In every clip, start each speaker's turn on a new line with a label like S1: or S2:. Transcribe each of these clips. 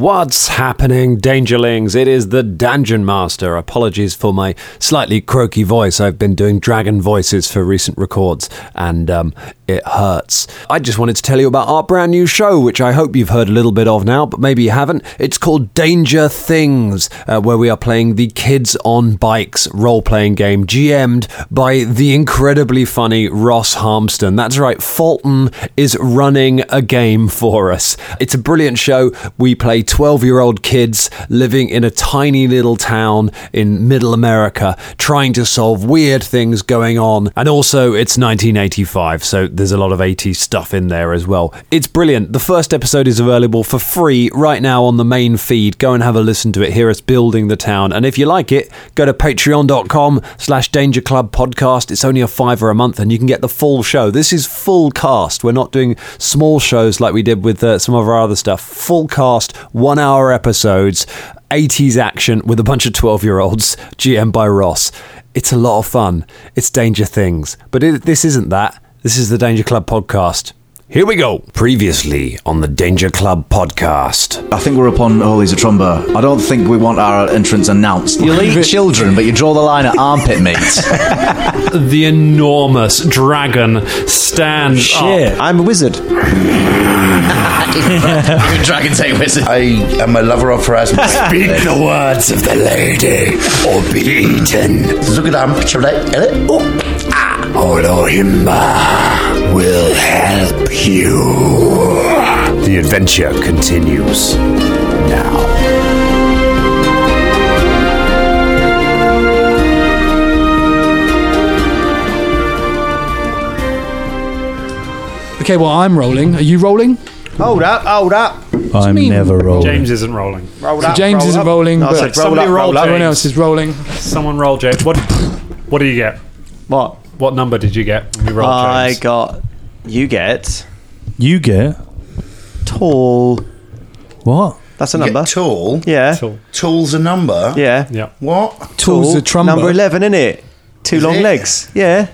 S1: What's happening, Dangerlings? It is the Dungeon Master. Apologies for my slightly croaky voice. I've been doing dragon voices for recent records, and um, it hurts. I just wanted to tell you about our brand new show, which I hope you've heard a little bit of now, but maybe you haven't. It's called Danger Things, uh, where we are playing the Kids on Bikes role playing game, GM'd by the incredibly funny Ross Harmston. That's right, Fulton is running a game for us. It's a brilliant show. We play 12 year old kids living in a tiny little town in middle America, trying to solve weird things going on. And also, it's 1985, so there's a lot of 80s stuff in there as well. It's brilliant. The first episode is available for free right now on the main feed. Go and have a listen to it. Hear us building the town. And if you like it, go to patreon.com slash danger club podcast. It's only a fiver a month and you can get the full show. This is full cast. We're not doing small shows like we did with uh, some of our other stuff. Full cast, one hour episodes, 80s action with a bunch of 12 year olds, GM by Ross. It's a lot of fun. It's Danger Things. But it, this isn't that. This is the Danger Club podcast. Here we go. Previously on the Danger Club podcast.
S2: I think we're upon Holy's a trombo. I don't think we want our entrance announced. You'll eat children, but you draw the line at armpit meat.
S3: the enormous dragon stands up.
S4: I'm a wizard.
S2: Dragon take wizard.
S5: I am a lover of harassment. Speak the words of the lady or be eaten. Look at that picture like
S6: Eh?
S5: Oh, ah. Olohimba will help you. The adventure continues now.
S7: Okay, well, I'm rolling. Are you rolling?
S4: Hold up, hold up.
S7: I'm never rolling.
S3: James isn't rolling.
S4: Roll
S7: So
S4: up,
S7: James
S4: roll
S7: isn't
S4: up.
S7: rolling,
S4: No, I
S7: but
S4: said roll
S3: somebody
S4: up,
S3: roll
S4: roll up.
S7: Everyone else is rolling.
S3: Someone roll, James. What? What do you get?
S4: What?
S3: What number did you get? When you rolled,
S4: I
S3: James?
S4: got. You get
S8: You get
S4: tall.
S8: what?
S4: That's a
S5: Get
S4: number.
S5: tall.
S4: Yeah.
S3: Cool.
S5: Tall's a number.
S4: Yeah.
S3: Yeah.
S5: What?
S7: Tools
S4: Tall.
S7: a trumbo.
S4: Number 11, isn't it? Two long
S5: it?
S4: legs. Yeah.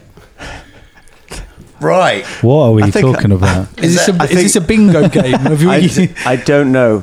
S5: Right.
S8: What are we
S4: I think-
S8: talking about?
S7: Is, this,
S5: that-
S7: a,
S5: I
S7: is
S5: think-
S7: this a bingo game? Have we,
S4: I, I don't know.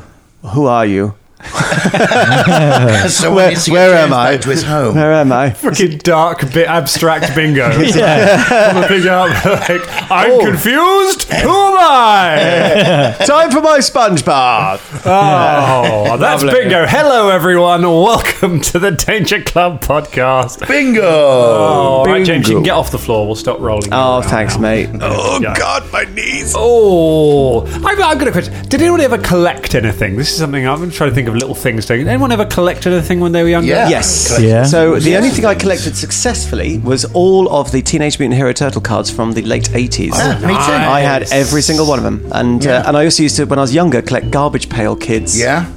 S4: Who are you?
S3: Uh,
S5: So
S4: Where-
S5: where, needs to get
S4: where
S5: James
S4: am I?
S5: Back to his home.
S4: Where am I?
S3: Fucking dark, bit abstract bingo. It's like, I'm picking up, like, I'm
S4: Oh.
S1: Oh.
S3: confused. Who am I?
S4: Time for my sponge bath.
S3: Oh, that's bingo. Hello, everyone. Welcome to the Danger Club podcast.
S5: Bingo.
S3: Oh, right, James, you can get off the floor. We'll stop rolling. you
S4: Oh,
S3: around
S4: thanks,
S3: now.
S4: mate.
S3: Oh God, my knees! Oh, I've, I've got a question. Did anyone ever collect anything? This is something I've been trying to think of little things. Did anyone ever collect anything when they were younger?
S5: Yeah.
S4: Yes.
S8: Yeah.
S4: So the only thing I collected successfully was all of the Teenage Mutant Hero Turtle cards from the late 80s.
S5: Ah, me too.
S4: I had every single one of them. And uh, and I also used to, when I was younger, collect garbage pail kids.
S5: Yeah.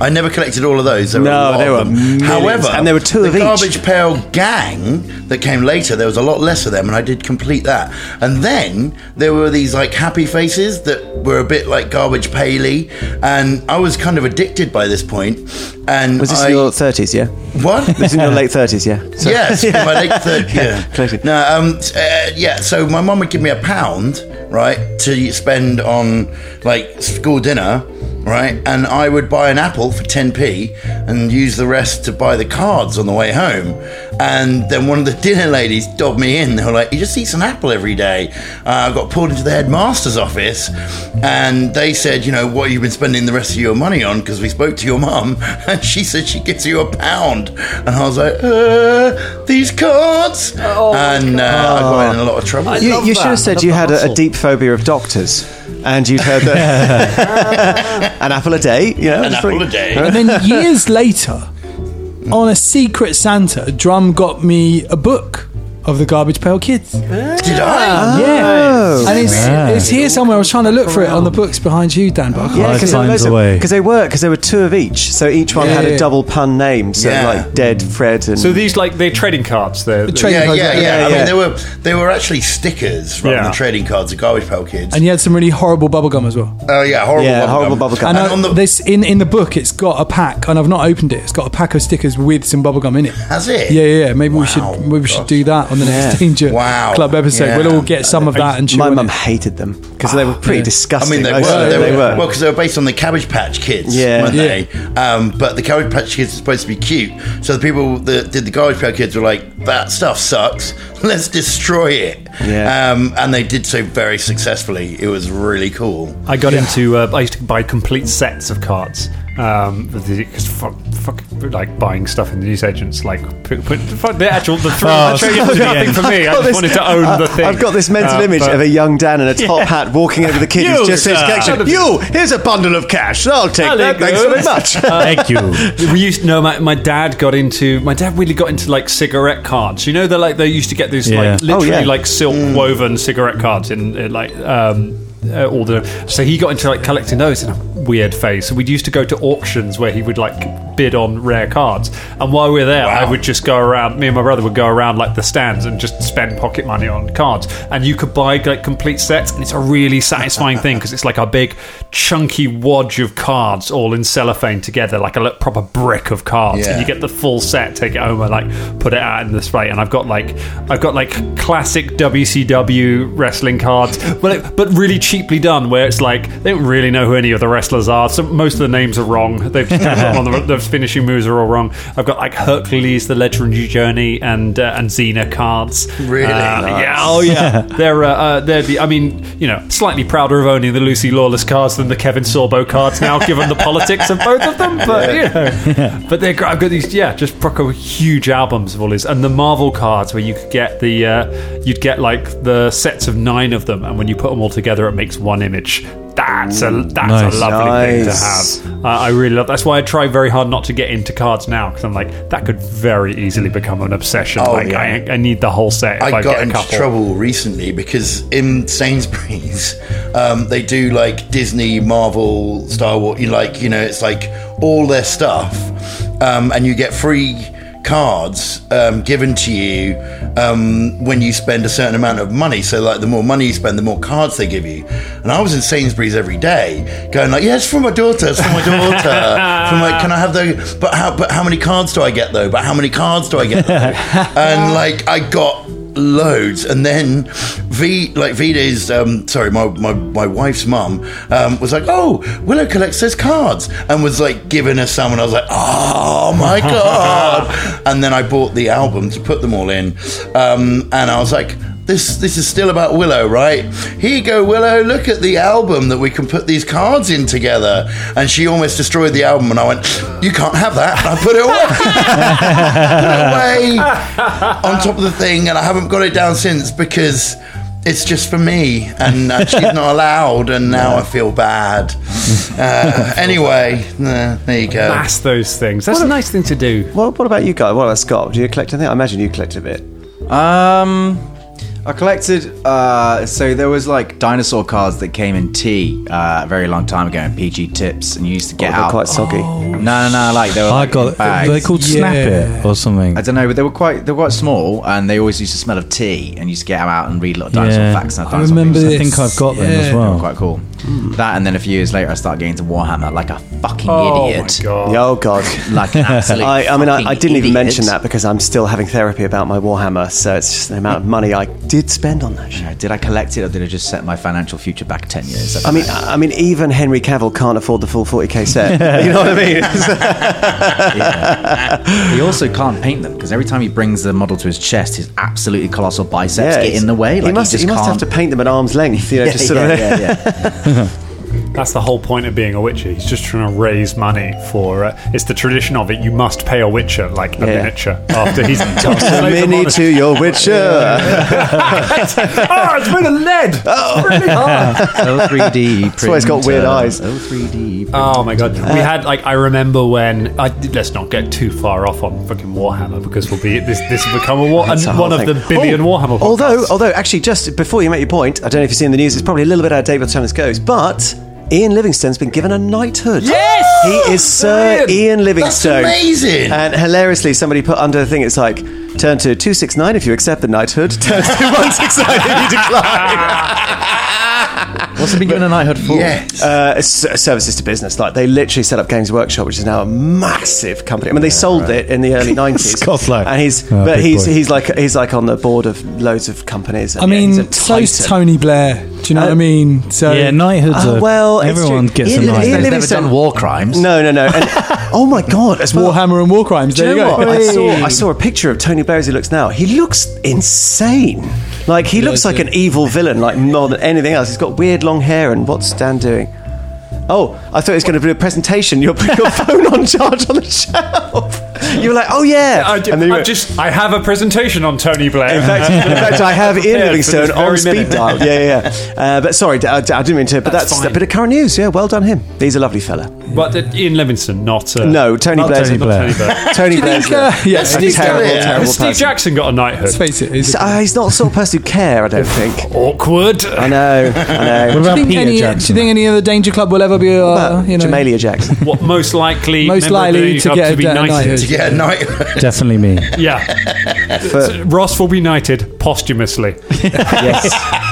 S5: I never collected all of those. There were
S4: No,
S5: a lot
S4: there
S5: of
S4: were
S5: them.
S4: millions,
S5: However,
S4: and there were two
S5: the
S4: of each.
S5: Garbage Pail Gang that came later. There was a lot less of them, and I did complete that. And then there were these like happy faces that were a bit like garbage paley, and I was kind of addicted by this point. And
S4: Was this
S5: I,
S4: in your 30s, yeah?
S5: what?
S4: This is in your late 30s, yeah? So-
S5: Yes, in my late third
S4: Crazy.
S5: year. No, um, s- uh, yeah. So my mum would give me a pound, right, to spend on like school dinner, right, and I would buy an apple for ten p and use the rest to buy the cards on the way home. And then one of the dinner ladies dobbed me in. They were like, "You just eat an apple every day." Uh, I got pulled into the headmaster's office, and they said, "You know what have you been spending the rest of your money on?" Because we spoke to your mum, and she said she gives you a pound, and I was like, uh, "These cards," and uh, I got
S3: Ah.
S5: in a lot of trouble.
S4: Oh. You, you should have said you had a, a deep phobia of doctors, and you'd heard that an apple a day, you know,
S5: An
S4: just
S5: apple a
S4: like-
S5: day.
S7: and then years later, on a secret Santa, Drum got me a book of the Garbage Pail Kids.
S5: Did I?
S4: Ah.
S7: Yeah, and it's,
S8: Yeah.
S7: it's here somewhere. I was trying to look for it on the books behind you, Dan. But I can't
S4: Yeah,
S8: Five
S4: because there, were
S8: times
S4: loads of-
S8: away.
S4: 'cause they were because there were two of each, so each one had
S7: Yeah.
S4: a double pun name, so
S5: Yeah.
S4: like Dead Fred and
S3: So these like they're trading cards. They're,
S7: trading
S5: Yeah, yeah,
S7: cards,
S5: yeah.
S4: Yeah,
S5: I
S4: yeah.
S5: mean, they were they were actually stickers rather
S3: Yeah.
S5: than trading cards of Garbage Pail Kids.
S7: And you had some really horrible bubblegum as well.
S5: Oh yeah, horrible,
S4: Yeah,
S5: bubblegum.
S4: horrible bubblegum.
S7: And, I,
S5: And on the
S7: this in, in the book, it's got a pack, and I've not opened it. It's got a pack of stickers with some bubblegum in it.
S5: has it?
S7: Yeah, yeah. yeah. Maybe
S5: Wow.
S7: we should maybe we should do that on on the next
S4: Yeah.
S7: Danger
S5: Wow.
S7: Club episode. We'll
S5: Yeah.
S7: all get some of that and chew
S4: My
S7: on
S4: mum
S7: it.
S4: hated them because they were pretty
S5: I
S4: disgusting.
S5: mean, they
S4: most of
S5: were. They,
S4: them.
S5: were, well because they were based on the Cabbage Patch Kids,
S4: Yeah.
S5: weren't
S4: Yeah.
S5: they? Um, but the Cabbage Patch Kids are supposed to be cute, so the people that did the Cabbage Patch Kids were like, "That stuff sucks. Let's destroy it."
S4: Yeah.
S5: Um, and they did so very successfully. It was really cool.
S3: I got into. Uh, I used to buy complete sets of cards. Um, because fuck, fuck, like buying stuff in the newsagents, like put, put, fuck the actual the three.
S8: Oh,
S3: the trade was
S8: so-
S3: nothing for me. I just
S4: Got this-
S3: wanted to own the
S4: I-
S3: thing.
S4: I've got this mental
S3: Uh,
S4: image
S3: but-
S4: of a young Dan in a top hat walking over the kid
S3: You,
S4: who's just his
S3: sir.
S4: collection. You, here's a bundle of cash. I'll take
S3: I'll
S4: that.
S3: take
S4: Thanks
S3: those."
S4: very much.
S8: Thank you.
S3: Uh, we used no my, my dad got into my dad really got into like cigarette cards you know they're like they used to get these
S8: Yeah.
S3: like literally
S4: yeah.
S3: like silk woven cigarette cards in, in like um uh, all the so he got into like collecting those in a weird phase so we'd used to go to auctions where he would like bid on rare cards and while we were there i would just go around me and my brother would go around like the stands and just spend pocket money on cards and you could buy like complete sets and it's a really satisfying thing because it's like a big chunky wodge of cards all in cellophane together like a li- proper brick of cards and
S5: Yeah.
S3: you get the full set take it home and like put it out in the display and i've got like i've got like classic wcw wrestling cards but it, but really cheaply done where it's like they don't really know who any of the wrestlers are so most of the names are wrong they've just kind of- on the, the finishing moves are all wrong i've got like hercules the legendary journey and uh, and xena cards
S5: Really?
S3: Uh, yeah oh yeah they're uh, uh, they're the i mean you know slightly prouder of owning the lucy lawless cards than the kevin sorbo cards now given the politics of both of them but you know but they're great. I've got these, yeah, just proper huge albums of all these, and the Marvel cards where you could get the, uh, you'd get like the sets of nine of them, and when you put them all together, it makes one image. That's a that's
S8: Nice.
S3: a lovely
S4: Nice.
S3: thing to have. Uh, I really love. That's why I try very hard not to get into cards now because I'm like that could very easily become an obsession.
S5: Oh,
S3: like
S5: yeah.
S3: I, I need the whole set. If I,
S5: I got
S3: get a
S5: into
S3: couple.
S5: trouble recently because in Sainsbury's um, they do like Disney, Marvel, Star Wars. You like you know it's like all their stuff, um, and you get free cards um, given to you um, when you spend a certain amount of money. So like the more money you spend, the more cards they give you. And I was in Sainsbury's every day going like, yeah, it's for my daughter, it's for my daughter. from like, can I have the? But how? But how many cards do I get though? But how many cards do I get? Though? and like I got loads and then v like vda's um sorry my my, my wife's mum um was like oh willow collects those cards and was like giving us some and i was like oh my god and then i bought the album to put them all in um and i was like this this is still about willow right here you go willow look at the album that we can put these cards in together and she almost destroyed the album and i went you can't have that and i put it away put it away on top of the thing, and I haven't got it down since because it's just for me, and uh, she's not allowed, and now I feel bad. Uh, anyway, nah, there you go.
S3: Mass those things. That's a nice thing to do.
S4: Well, what about you guys? What about Scott? Do you collect anything? I imagine you collect a bit.
S2: Um, I collected. Uh, so there was like dinosaur cards that came in tea uh, a very long time ago, and PG tips, and you used to get
S4: They're
S2: out. Oh,
S4: quite soggy.
S2: no, no, no, like they were.
S8: I
S2: like,
S8: got.
S2: bags.
S8: They called Snap It or something.
S2: I don't know, but they were quite they were quite small, and they always used to smell of tea, and you used to get them out and read little dinosaur
S8: Yeah.
S2: facts. And
S8: I
S2: dinosaur
S8: remember
S2: pictures.
S8: I think I've got them as
S2: They were
S8: well.
S2: Quite cool.
S4: Mm.
S2: That, and then a few years later, I started getting into Warhammer like a fucking
S3: Oh
S2: idiot.
S3: my god.
S4: Yeah, oh god.
S2: Like an absolute.
S4: I, I mean, I, I
S2: fucking
S4: didn't even
S2: idiot.
S4: mention that because I'm still having therapy about my Warhammer, so it's just the amount of money I did spend on that shit.
S2: Yeah, Did I collect it, or did I just set my financial future back ten years?
S4: I mean, I I mean, even Henry Cavill can't afford the full 40k set. you know what I mean?
S2: He also can't paint them because every time he brings the model to his chest, his absolutely colossal biceps get
S4: it's-
S2: in the way. Like
S4: he must,
S2: just
S4: he must have
S2: can't.
S4: to paint them at arm's length. You know, just sort
S2: yeah,
S4: of.
S2: yeah, yeah, yeah.
S3: That's the whole point of being a witcher. He's just trying to raise money for. Uh, it's the tradition of it. You must pay a witcher like a
S4: Yeah.
S3: miniature after he's tossed
S4: A mini to your Witcher.
S3: Oh, it's made of lead. Oh, really hard.
S2: L3D. That's
S4: why he's got weird eyes. Uh,
S2: L3D.
S3: oh my god, we had like I remember when. I, let's not get too far off on fucking Warhammer because we'll be this. This will become a war,
S4: That's a
S3: one
S4: whole
S3: of the
S4: thing.
S3: billion
S4: Oh,
S3: Warhammer.
S4: Although, although, actually, just before you make your point, I don't know if you've seen the news. It's probably a little bit out of date by the time this goes, but. Ian Livingstone's been given a knighthood.
S3: Yes!
S4: He is Sir
S3: Brilliant!
S4: Ian Livingstone.
S5: amazing!
S4: And hilariously, somebody put under the thing, it's like, Turn to 269 if you accept the knighthood. Turn to 169 if you decline.
S2: What's it been given a knighthood for?
S5: Yes.
S4: Uh, it's s- services to business. Like, they literally set up Games Workshop, which is now a massive company. I mean, they sold it in the early 90s.
S8: Scott Flag.
S4: And he's,
S8: Oh,
S4: but
S8: big
S4: he's,
S8: boy.
S4: he's, like, he's like on the board of loads of companies. and
S7: I
S4: yeah,
S7: mean,
S4: he's a
S7: so's
S4: titan.
S7: Tony Blair. Do you know what I mean? So
S8: Yeah, knighthoods
S4: Oh,
S8: are.
S4: well, it's
S8: everyone
S4: true.
S8: gets a
S4: Ian- Ian
S8: knight.
S2: They've never
S4: Livingstone-
S2: done war crimes.
S4: No, no, no. And, oh my God, as well.
S7: Warhammer and War Crimes.
S4: Do
S7: There
S4: you
S7: you,
S4: know
S7: go.
S4: what? I saw, I saw a picture of Tony Blair as he looks now. He looks insane. Like, he looks like an evil villain, like more than anything else. He's got weird long hair, and what's Dan doing? Oh, I thought he was going to do a presentation. You'll put your phone on charge on the shelf. You were like, oh, yeah.
S3: I, do,
S4: And then you
S3: I
S4: went-
S3: just I have a presentation on Tony Blair.
S4: in fact, in fact, I have
S3: Prepared
S4: Ian
S3: for
S4: Livingstone
S3: this very
S4: on speed
S3: minute.
S4: dial. Yeah, yeah. yeah. Uh, but sorry, I, I didn't mean to. But that's, a bit of current news. Yeah, well done him. He's a lovely fella.
S3: But uh, Ian Livingston, not uh,
S4: No, Tony
S8: Not
S4: Blair's
S8: Tony
S4: a-
S8: Blair.
S3: Tony Blair.
S4: Tony Blair's
S7: think, uh, yeah,
S4: he's
S5: Steve
S4: a terrible,
S5: Jobs.
S4: terrible
S3: Has Steve
S4: person.
S3: Jackson got a knighthood?
S7: Let's face it. Is
S4: He's, uh, he's not the sort of person who care. I don't think.
S3: Awkward.
S4: I know. I know.
S8: What about
S7: think
S8: Peter
S7: any,
S8: Jackson?
S7: Do you think any other Danger Club will ever be, uh,
S4: But
S7: you know,
S4: Jamelia Jackson.
S3: What most likely?
S7: Most
S3: member of the
S7: likely
S3: Lady
S7: to
S3: Club
S7: get
S3: to be
S7: a
S3: knighted.
S7: knighthood.
S5: Yeah, night.
S8: Definitely me.
S3: Yeah, So Ross will be knighted posthumously.
S4: yes.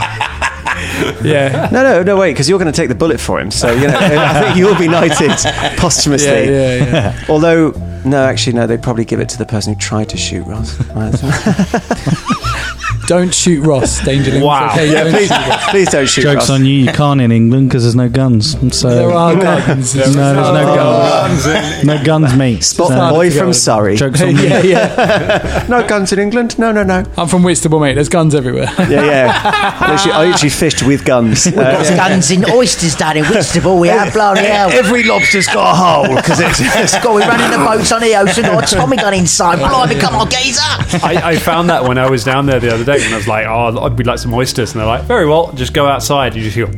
S7: Yeah.
S4: No, no, no. Wait, because you're going to take the bullet for him. So you know, I think you'll be knighted posthumously.
S7: Yeah, yeah, yeah.
S4: Although, no, actually, no. They probably give it to the person who tried to shoot Ross. Right.
S7: Don't shoot Ross, Danger Link.
S3: Wow.
S7: Okay, don't
S4: please,
S7: shoot-
S4: please don't shoot
S8: Jokes
S4: Ross.
S8: on you. You can't in England because there's no guns. So
S7: There are guns.
S8: no, there's no guns. no guns, mate.
S4: Spot
S8: So,
S4: boy from Surrey.
S8: Jokes on me.
S7: yeah, yeah.
S4: No guns in England. No, no, no.
S7: I'm from Whitstable, mate. There's guns everywhere.
S4: Yeah, yeah. Literally, I literally fished with guns. Uh,
S9: There's guns in oysters down in Whitstable. We have blown hell.
S4: Every lobster's got a hole because it's
S9: God, we ran into boats on EOS and got a Tommy gun inside. Blimey, come on, geezer.
S3: I, I found that when I was down there the other day, and I was like, "Oh, we'd like some oysters," and they're like, "Very well, just go outside." You just hear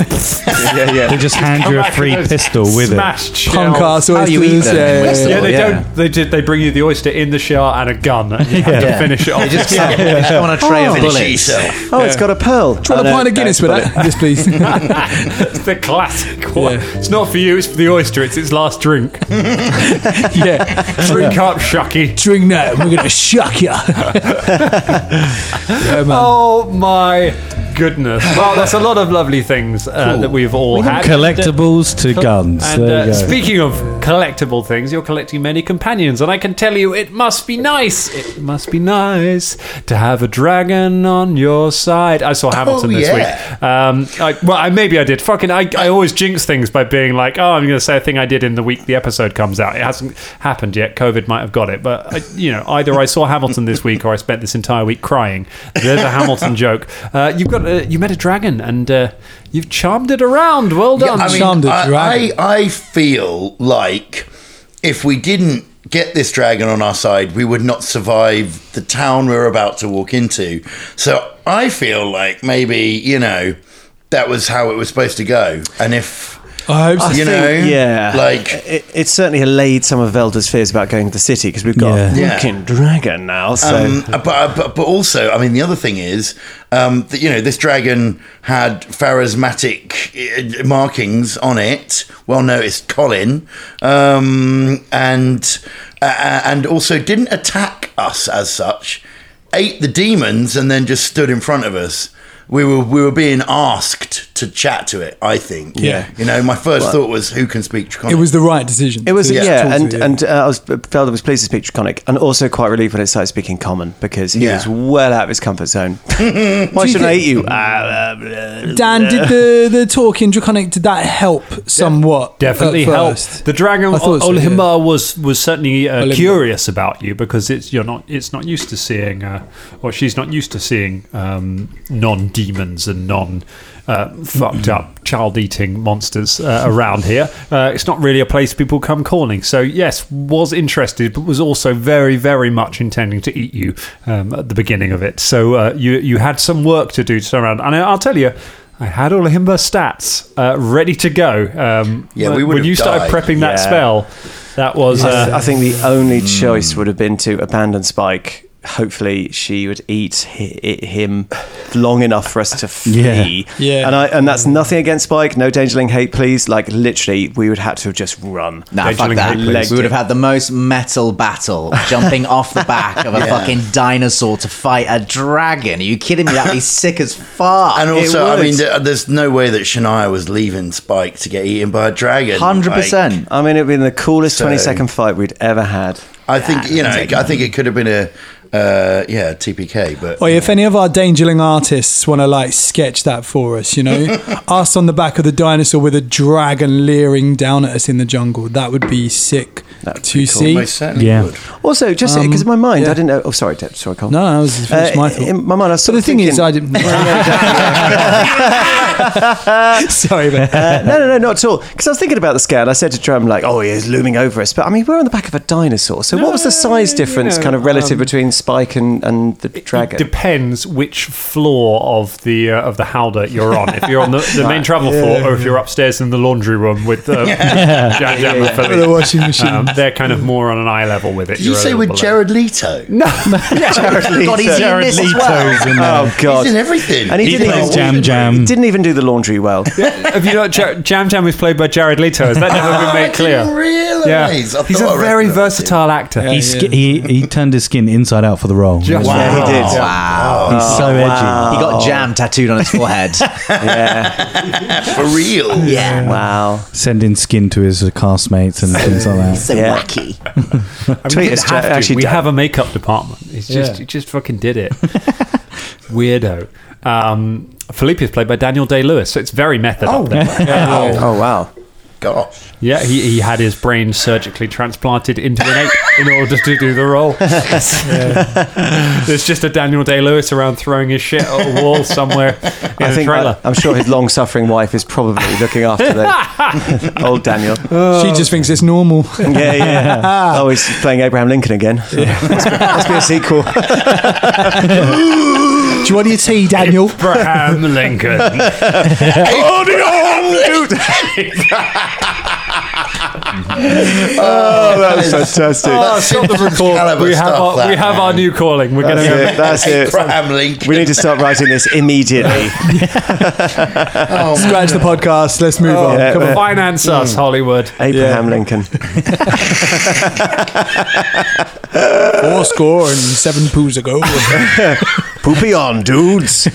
S4: yeah, yeah.
S8: They just hand you a free pistol with it.
S3: smashed shells.
S7: Punk ass
S4: How you eat
S7: oysters.
S4: them?
S7: Yeah, yeah,
S3: Yeah,
S7: yeah.
S3: they
S4: Yeah.
S3: don't. They did. They bring you the oyster in the shell and a gun. And you have to finish it. Off.
S2: Just on a tray of
S5: Finish it
S2: bullets.
S5: yourself.
S4: Oh, it's got a pearl.
S7: Oh. Try
S4: Oh,
S7: a
S4: no,
S7: pint of
S4: no,
S7: Guinness
S4: it's
S7: with
S4: got it.
S7: that, yes, please.
S3: It's the classic one. It's not for you. It's for the oyster. It's its last drink.
S7: yeah,
S3: drink up, Shucky.
S7: drink that. and We're gonna shuck ya. yeah, man.
S3: Oh my goodness! Well, that's a lot of lovely things uh, that we've all had.
S8: Collectibles to guns.
S3: And
S8: there you
S3: uh,
S8: go.
S3: speaking of collectible things, you're collecting many companions, and I can tell you it must be nice. It must be nice to have a dragon on your side. I saw Hamilton this
S5: yeah.
S3: week. Um, I, well, I, maybe I did. Fucking, I, I always jinx things by being like, oh, I'm going to say a thing I did in the week the episode comes out. It hasn't happened yet. COVID might have got it, but I, you know, either I saw Hamilton this week or I spent this entire week crying. There's a Hamilton joke. Uh, you've got, uh, you met a dragon and. Uh, You've charmed it around. Well done.
S5: I
S7: Charmed
S5: mean,
S7: it,
S5: I,
S7: dragon.
S5: I, I feel like if we didn't get this dragon on our side, we would not survive the town we are about to walk into. So I feel like maybe, you know, that was how it was supposed to go. And if,
S7: I hope so.
S5: you know,
S4: think, yeah,
S5: like,
S4: it, it certainly allayed some of Velda's fears about going to the city because we've got
S8: Yeah.
S4: a
S5: Yeah.
S4: fucking dragon now. So
S5: Um, but, but but also, I mean, the other thing is um, that you know this dragon had pharasmatic uh, markings on it, well noticed, Colin, um, and uh, and also didn't attack us as such, ate the demons, and then just stood in front of us. We were we were being asked to chat to it. I think.
S7: Yeah.
S5: You know, my first thought was, who can speak Draconic?
S7: It was the right decision.
S4: It was
S7: to-
S4: yeah,
S7: to talk
S4: and
S7: to,
S4: and uh, I was Felder was pleased to speak Draconic, and also quite relieved when it started speaking Common because he
S5: Yeah.
S4: was well out of his comfort zone. Why should I eat you? Ah, blah, blah.
S7: Dan, did the the talk in Draconic did that help somewhat?
S3: definitely
S7: at
S3: helped.
S7: first?
S3: The dragon
S7: I thought so, yeah.
S3: Olhimar was was certainly uh,
S7: Olimar.
S3: curious about you because it's you're not it's not used to seeing uh, or she's not used to seeing um, non demons and non uh, fucked up child eating monsters uh, around here. Uh, it's not really a place people come calling. So yes, was interested but was also very very much intending to eat you um, at the beginning of it. So uh, you you had some work to do to turn around, and I, I'll tell you. I had all stats uh, ready to go. Um,
S5: Yeah,
S3: when-
S5: we would
S3: when
S5: have
S3: you started
S5: died.
S3: prepping that
S4: Yeah.
S3: spell, that was
S4: I, th-
S3: uh,
S4: I think the only choice would have been to abandon Spike hopefully she would eat hi- i- him long enough for us to
S8: Yeah.
S4: flee.
S7: Yeah.
S4: And I and that's nothing against Spike. No Dangerling hate, please. Like literally, we would have to have just run.
S2: Nah, fuck
S3: Benjamin
S2: that.
S3: Hate,
S2: We
S3: please.
S2: would have had the most metal battle jumping off the back of a fucking dinosaur to fight a dragon. Are you kidding me? That'd be sick as fuck.
S5: And also,
S2: It
S5: I
S2: would.
S5: mean, th- there's no way that Shania was leaving Spike to get eaten by a dragon.
S2: 100%.
S5: Like,
S4: I mean, it'd been the coolest
S5: So-
S4: twenty second fight we'd ever had.
S5: I think you know. I think it could have been a uh, yeah TPK, but
S7: Or if any of our Dangerling artists want to like sketch that for us, you know, us on the back of the dinosaur with a dragon leering down at us in the jungle, that would be sick to see. Um,
S5: almost certainly
S8: Yeah.
S5: would.
S4: Also, just because uh, in my mind,
S7: yeah.
S4: I didn't know. Oh, sorry, Deb, sorry, Colin.
S7: No, that was
S4: Uh,
S7: that's my thought.
S4: in my mind, I was
S7: but
S4: sort
S7: the
S4: of
S7: thing is,
S4: thinking-
S7: I didn't. Sorry, man.
S4: Uh, no, no, no, not at all. Because I was thinking about the scale. I said to Drum, like, oh, he is looming over us. But I mean, we're on the back of a dinosaur. So what was the size difference,
S3: yeah,
S4: kind of relative
S3: um,
S4: between Spike and, and the
S3: It
S4: dragon?
S3: depends which floor of the uh, of the howler you're on. If you're on the, the main travel floor, or if you're upstairs in the laundry room with uh, Jam Jam and Philly.
S7: The washing machine.
S3: Um, they're kind of more on an eye level with it.
S5: Did you
S3: You're a
S5: say
S3: little
S5: with
S3: below.
S5: Jared Leto? No,
S2: God, he's in
S8: Jared
S2: this as
S8: Leto's
S2: well.
S8: in there.
S4: oh God!
S5: he's in everything.
S4: and he,
S8: He
S4: didn't,
S8: plays
S4: even,
S8: Jam
S4: he
S8: Jam.
S4: didn't even do the laundry well.
S3: Have you not? Jar- Jam Jam is played by Jared Leto. Has that never been
S5: I
S3: made clear?
S5: didn't realise.
S3: Yeah,
S5: I thought
S3: he's a
S5: I
S3: very
S5: recognised
S3: versatile actor.
S8: He, ski- he he turned his skin inside out for the role. He's
S5: Wow.
S4: Yeah, he did. Oh,
S2: Wow.
S8: so edgy.
S2: He got jam tattooed on his forehead.
S5: For real.
S9: Yeah.
S4: Wow!
S8: Sending skin to his castmates and things like that.
S9: So
S4: Yeah.
S9: wacky.
S4: Tweet us,
S3: Have
S4: Jack.
S3: to.
S4: Actually,
S3: we
S4: Jack-
S3: have a makeup department. He's just he just fucking did it. Weirdo. Um, Felipe is played by Daniel Day Lewis, so it's very method. up there.
S4: Oh wow!
S5: Gosh.
S3: Yeah, he, he had his brain surgically transplanted into an ape in order to do the role. There's just a Daniel Day Lewis around throwing his shit at a wall somewhere in
S4: I
S3: a
S4: think uh,
S3: trailer.
S4: I'm sure his long-suffering wife is probably looking after the old Daniel.
S7: she just thinks it's normal.
S4: Yeah, yeah. oh, he's playing Abraham Lincoln again. Must be a sequel.
S7: Do you want your tea, Daniel?
S3: Abraham Lincoln.
S4: Oh, that was fantastic.
S5: That's
S3: stop the
S5: Simpsons
S3: record.
S5: caliber
S3: We have,
S5: stuff,
S3: our, we
S5: that,
S3: have our
S5: man.
S3: new calling. We're going to
S4: That's
S3: go.
S4: it. That's it.
S5: Abraham Lincoln.
S4: We need to start writing this immediately.
S5: Oh,
S7: Scratch the podcast. Let's move on.
S4: Yeah,
S7: Come on.
S4: yeah.
S3: oh, Finance
S7: Hmm.
S3: us,
S5: Hmm.
S3: Hollywood.
S4: Abraham Lincoln.
S7: Four score and seven poos ago.
S4: Poopy on, dudes.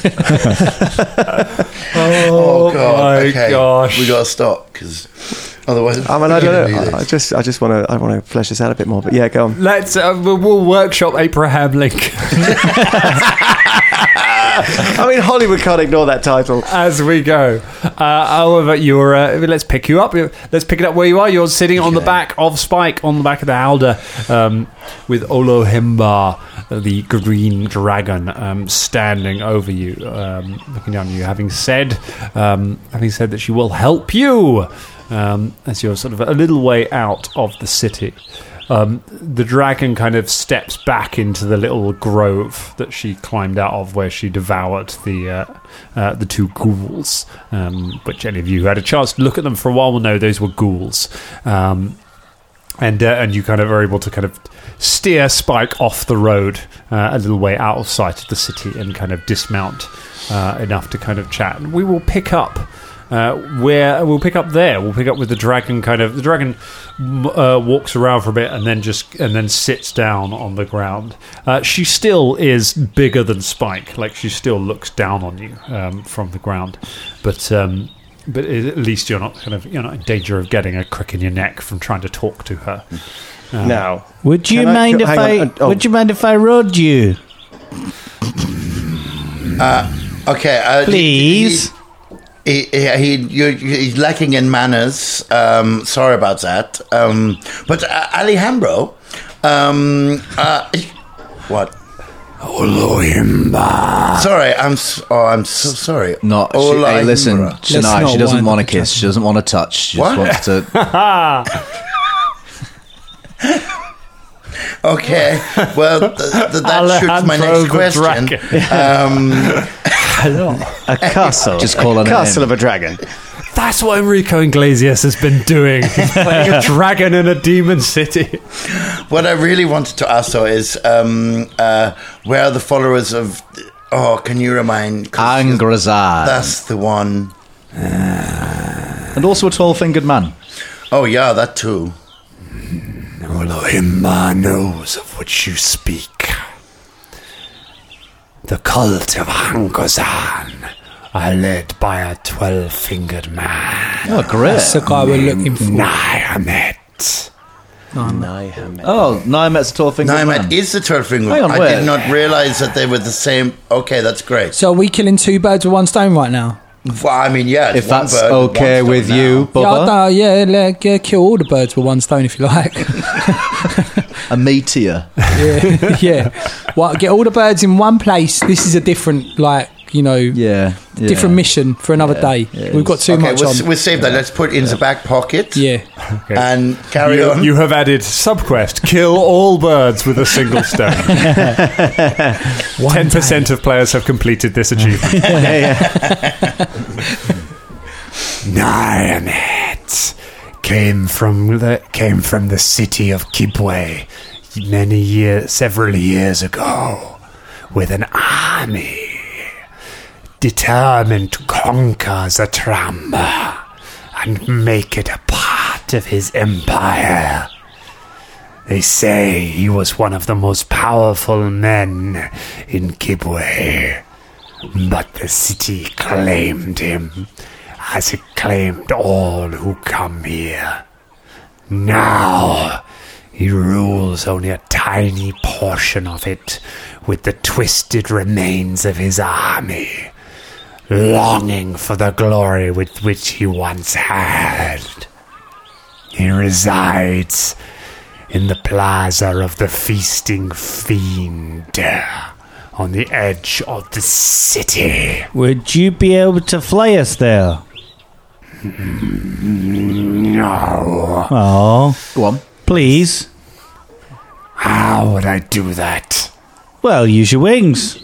S5: Oh, God.
S3: my
S5: okay.
S3: gosh.
S5: We got to stop because otherwise.
S4: I mean, I
S5: we're gonna
S4: don't
S5: do
S4: know.
S5: this.
S4: I, I just, I just want to, I want to flesh this out a bit more. But yeah, go on.
S3: Let's uh, we'll- we'll workshop Abraham Lincoln
S4: I mean, Hollywood can't ignore that title.
S3: as we go. Uh, however, you're uh, let's pick you up. Let's pick it up where you are. You're sitting on the back of Spike, on the back of the Alder, um, with Olohimba, the green dragon, um, standing over you, um, looking down at you. Having said, um, having said that, she will help you um, as you're sort of a little way out of the city. Um, the dragon kind of steps back into the little grove that she climbed out of, where she devoured the uh, uh, the two ghouls. Um, which any of you who had a chance to look at them for a while will know those were ghouls. Um, and uh, and you kind of are able to kind of steer Spike off the road uh, a little way out of sight of the city and kind of dismount uh, enough to kind of chat. And we will pick up uh, where we'll pick up there. We'll pick up with the dragon. Kind of the dragon m- uh, walks around for a bit and then just and then sits down on the ground. Uh, she still is bigger than Spike. Like she still looks down on you um, from the ground, but. Um, but at least you're not kind of you're not in danger of getting a crick in your neck from trying to talk to her. Mm. Um,
S4: Now,
S8: Would you
S4: Can I-
S8: mind if
S4: hang
S8: I?
S4: on, oh.
S8: Would you mind if I rode you,
S5: Okay. Uh,
S8: please?
S5: He, he, he, you he's lacking in manners. Um, sorry about that. Um, but uh, Alejandro, um, uh, what? Oloimba. Sorry, I'm. s- Oh, I'm so sorry.
S2: Not. She,
S5: Oloimba.
S2: hey, listen,
S7: not
S2: Shania, she doesn't
S7: wind
S2: want to
S7: up the
S2: kiss. She doesn't want to touch. She
S5: What?
S2: just wants to.
S5: Okay. Well, th- th- that shoots my
S3: Alejandro
S5: next
S3: the
S5: question. Um,
S4: a castle,
S2: Just call
S4: a
S2: her
S4: castle
S2: name.
S4: of a dragon.
S3: That's what Enrico Iglesias has been doing. He's playing a dragon in a demon city.
S5: What I really wanted to ask though is um, uh, where are the followers of? Oh, can you remind? 'cause she's-
S2: Angrazar.
S5: That's the one.
S2: Ah. And also a 12 fingered man.
S5: Oh yeah, that too.
S6: Elohimma knows of which you speak. The cult of Hangozan are led by a twelve fingered man.
S2: Oh, great.
S7: That's the guy we're looking for.
S6: Niamet.
S2: Oh, Niamet's a 12 fingered man.
S5: Naimat is the twelve finger.
S2: Hang on,
S5: I
S2: where?
S5: did not realize that they were the same. Okay, that's great.
S7: So are we killing two birds with one stone right now?
S5: Well, I mean, yeah. it's
S2: if
S5: one
S2: that's
S5: bird,
S2: okay
S5: one
S2: with
S5: stone now.
S2: you,
S7: Yeah, I'd,
S2: Bubba.
S7: uh, yeah, like, yeah, kill all the birds with one stone if you like.
S2: A meteor.
S7: yeah, yeah. Well, get all the birds in one place. This is a different, like you know,
S2: Yeah. yeah.
S7: different mission for another day. We've got too
S5: Okay,
S7: much
S5: we'll,
S7: on.
S5: s- we'll save that. Let's put it in the back pocket.
S7: yeah,
S5: And carry
S3: You,
S5: on.
S3: you have added subquest: kill all birds with a single stone. Ten percent of players have completed this achievement.
S6: Niamet came from the came from the city of Kibwe many years several years ago with an army determined to conquer Zatramba and make it a part of his empire. They say he was one of the most powerful men in Kibwe, but the city claimed him as it claimed all who come here. Now he rules only a tiny portion of it with the twisted remains of his army, longing for the glory with which he once had. He resides in the plaza of the feasting fiend on the edge of the city.
S8: Would you be able to flay us there?
S6: No.
S8: Oh,
S2: Go on.
S8: please.
S6: How would I do that?
S8: Well, use your wings.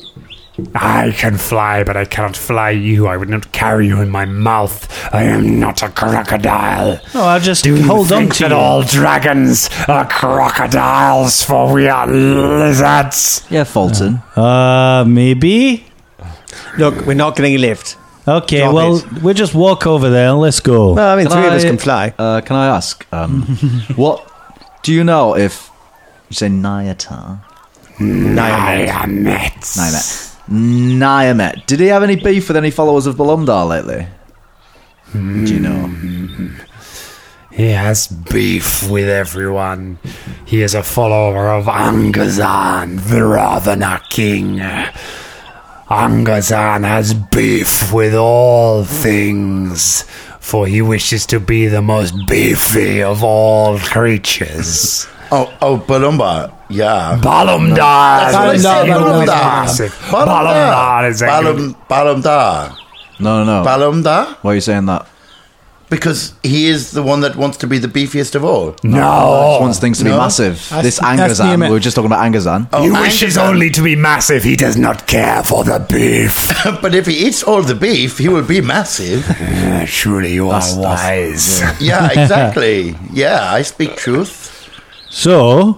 S6: I can fly, but I cannot fly you. I would not carry you in my mouth. I am not a crocodile.
S8: No, Oh, I'll just
S6: Do you
S8: hold on
S6: think
S8: to
S6: that
S8: you.
S6: all dragons are crocodiles? For we are lizards.
S2: Yeah, Fulton.
S8: Uh, maybe.
S4: Look, we're not getting lift.
S8: Okay,
S4: Drop
S8: well,
S4: it.
S8: we'll just walk over there and let's go.
S4: Well, I mean,
S2: Can
S4: three of us
S2: I-
S4: can fly.
S2: Uh, can I ask, um, what do you know if you say Nyatar?
S6: Niamet.
S2: Niamet. Niamet. Did he have any beef with any followers of Balumdar lately? Mm-hmm. Do you know?
S6: Mm-hmm. He has beef with everyone. He is a follower of Angazan, the Ravana king. Angazan has beef with all things, for he wishes to be the most beefy of all creatures.
S5: Oh, oh, Balumba. Yeah.
S6: Balamdar
S5: what I
S6: is
S5: said,
S6: huge
S5: Balamdar.
S6: massive. Balamdar is a
S5: Balum, Balumdar.
S2: No, no, no.
S5: Balumdar?
S2: Why are you saying that?
S5: Because he is the one that wants to be the beefiest of all.
S2: Just
S6: no.
S2: wants things to be massive. this
S7: that's
S2: Angazan,
S7: Niamat.
S2: we were just talking about Angazan.
S5: Oh,
S6: He wishes
S5: Angazan.
S6: only to be massive. He does not care for the beef.
S5: But if he eats all the beef, he will be massive.
S6: Uh, Surely you are wise.
S5: yeah, exactly. Yeah, I speak truth.
S8: so,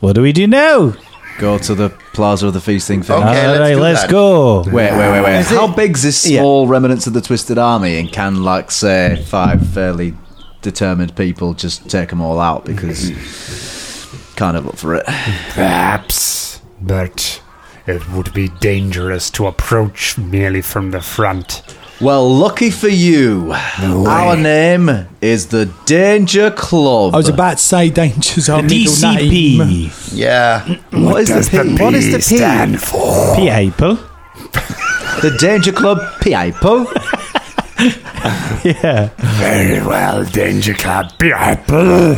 S8: what do we do now?
S2: Go to the plaza of the feasting thing.
S5: Okay,
S8: All
S5: let's
S8: right,
S5: do
S8: let's
S5: that.
S8: go.
S2: Wait, wait, wait, wait. How big's this
S8: Yeah.
S2: small remnants of the Twisted Army? And can, like, say, five fairly determined people just take them all out because kind of up for it?
S6: Perhaps, but it would be dangerous to approach merely from the front.
S2: Well, lucky for you, our name is the Danger Club.
S7: I was about to say danger zone. middle name.
S8: DCP.
S5: Yeah.
S2: what is
S6: Does
S2: the P?
S6: P
S2: what is the P?
S6: stand for?
S8: People.
S2: The Danger Club people.
S8: Yeah.
S6: Very well, Danger Club people.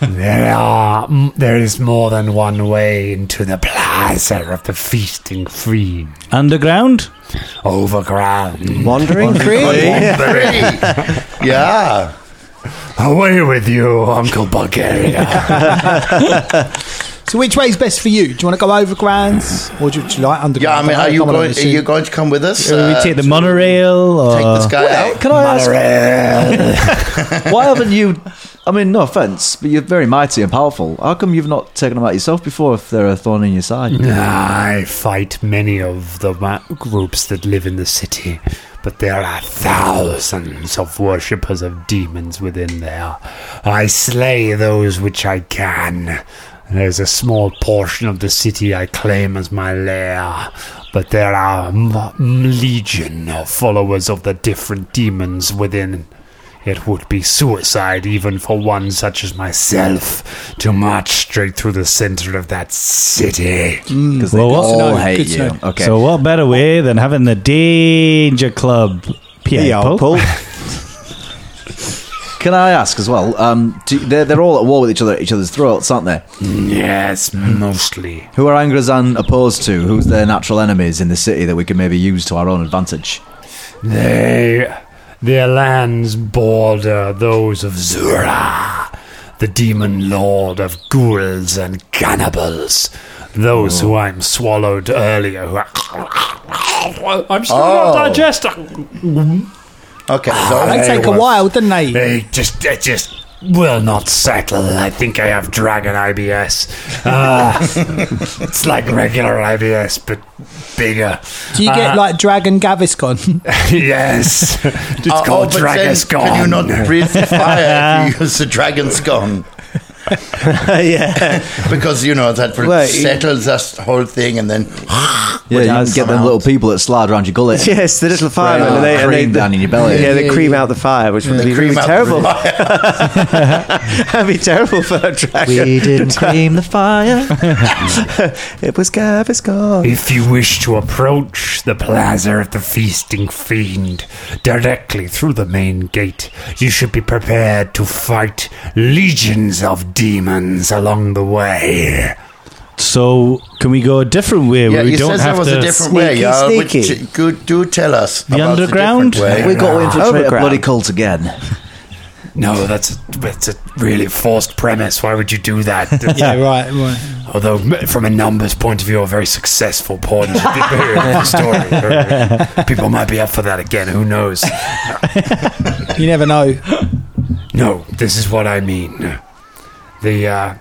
S6: there are mm, there is more than one way into the plaza of the feasting fiend.
S8: Underground?
S6: Overground.
S4: Wandering free.
S5: Three. yeah.
S6: Away with you, Uncle Bulgaria.
S7: So which way is best for you? Do you want to go overgrounds or do you, do you like underground?
S5: Yeah, I mean,
S7: don't
S5: are you
S7: come on,
S5: going? Are
S7: obviously.
S5: you going to come with us?
S8: Do
S5: uh,
S8: we take the monorail or
S5: take this guy out.
S4: Uh, Can I ask? why haven't you? I mean, no offense, but you're very mighty and powerful. How come you've not taken them out yourself before? If they're a thorn in your side,
S6: I fight many of the ma- groups that live in the city, but there are thousands of worshippers of demons within there. I slay those which I can. There's a small portion of the city I claim as my lair, but there are m- m- legion of followers of the different demons within. It would be suicide even for one such as myself to march straight through the center of that city.
S2: Because they
S8: Well, what-
S2: all
S5: Oh,
S7: No,
S2: hate
S7: good to
S2: you.
S7: know.
S2: Okay.
S8: So what better way than having the Danger Club
S4: Yeah,
S8: PA
S4: I'll
S8: poll?
S4: pull. Can I ask as well? Um, do, they're, they're all at war with each other, at each other's throats, aren't they?
S6: Yes, mostly.
S4: Who are Angrazan opposed to? Who's their natural enemies in the city that we can maybe use to our own advantage?
S6: They, their lands border those of Zura, the demon lord of ghouls and cannibals. Those who I'm swallowed earlier, who are,
S3: I'm still
S5: Oh.
S3: not digesting.
S5: Okay,
S7: They
S5: so
S7: take a while, didn't they?
S6: they just, they just will not settle. I think I have dragon IBS. Ah, it's like regular IBS, but bigger.
S7: Do you get
S6: Uh,
S7: like Dragon Gaviscon?
S6: Yes, it's
S5: Oh,
S6: called
S5: but then
S6: Dragon Scone.
S5: Can you not breathe fire if you use the dragon scone?
S4: yeah,
S5: Because you know that will
S4: Well, it-
S5: settle this whole thing, and then
S4: yeah. You
S5: down
S4: can get them
S5: somehow.
S4: little people that slide around your gullet.
S10: Yes, the little
S4: Right,
S10: firemen.
S4: uh,
S10: and they, and they,
S4: cream down in your belly.
S10: Yeah, they cream out the fire, which would be
S5: cream
S10: really
S5: out the
S10: terrible.
S5: fire.
S10: That'd be terrible for a dragon.
S8: We didn't cream the fire.
S10: It was Gaviscon.
S6: If you wish to approach the plaza of the feasting fiend directly through the main gate, you should be prepared to fight legions of demons along the way.
S8: So can we go a different way
S5: Yeah,
S8: where we
S5: you
S8: don't
S5: says there
S8: have
S5: was
S8: to?
S5: a different
S10: Sneaky,
S5: way. Uh, Yeah, which
S10: sneaky.
S5: good, do tell us the
S8: underground?
S5: The different
S4: We
S5: way. Oh,
S4: got to infiltrate a
S10: Overground.
S4: bloody cult again.
S6: No, that's that's a really forced premise. Why would you do that?
S7: yeah, right, right.
S6: Although, m- from a numbers point of view, a very successful porn should be very good story. People might be up for that again. Who knows?
S7: You never know.
S6: No, this is what I mean. The uh,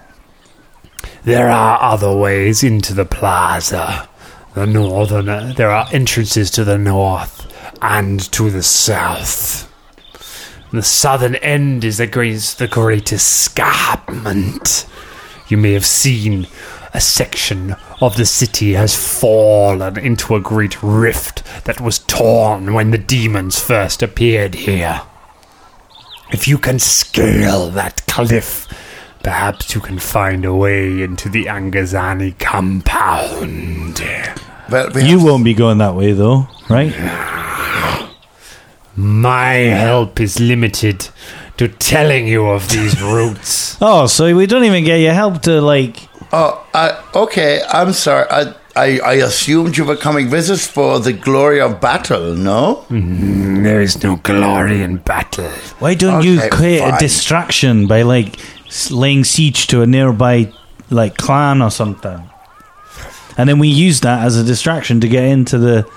S6: there are other ways into the plaza. The northern uh, there are entrances to the north and to the south. The southern end is the greatest, the great escarpment. You may have seen a section of the city has fallen into a great rift that was torn when the demons first appeared here. If you can scale that cliff, perhaps you can find a way into the Angazani compound.
S5: But we
S8: You
S5: have-
S8: won't be going that way though, right?
S6: My help is limited to telling you of these routes.
S8: Oh, so we don't even get your help to like.
S5: Oh, I, okay. I'm sorry. I, I I assumed you were coming with us for the glory of battle. No,
S6: Mm, There is no glory in battle.
S8: Why don't you
S5: Okay,
S8: create a
S5: fine.
S8: distraction by like s- laying siege to a nearby like clan or something, and then we use that as a distraction to get into the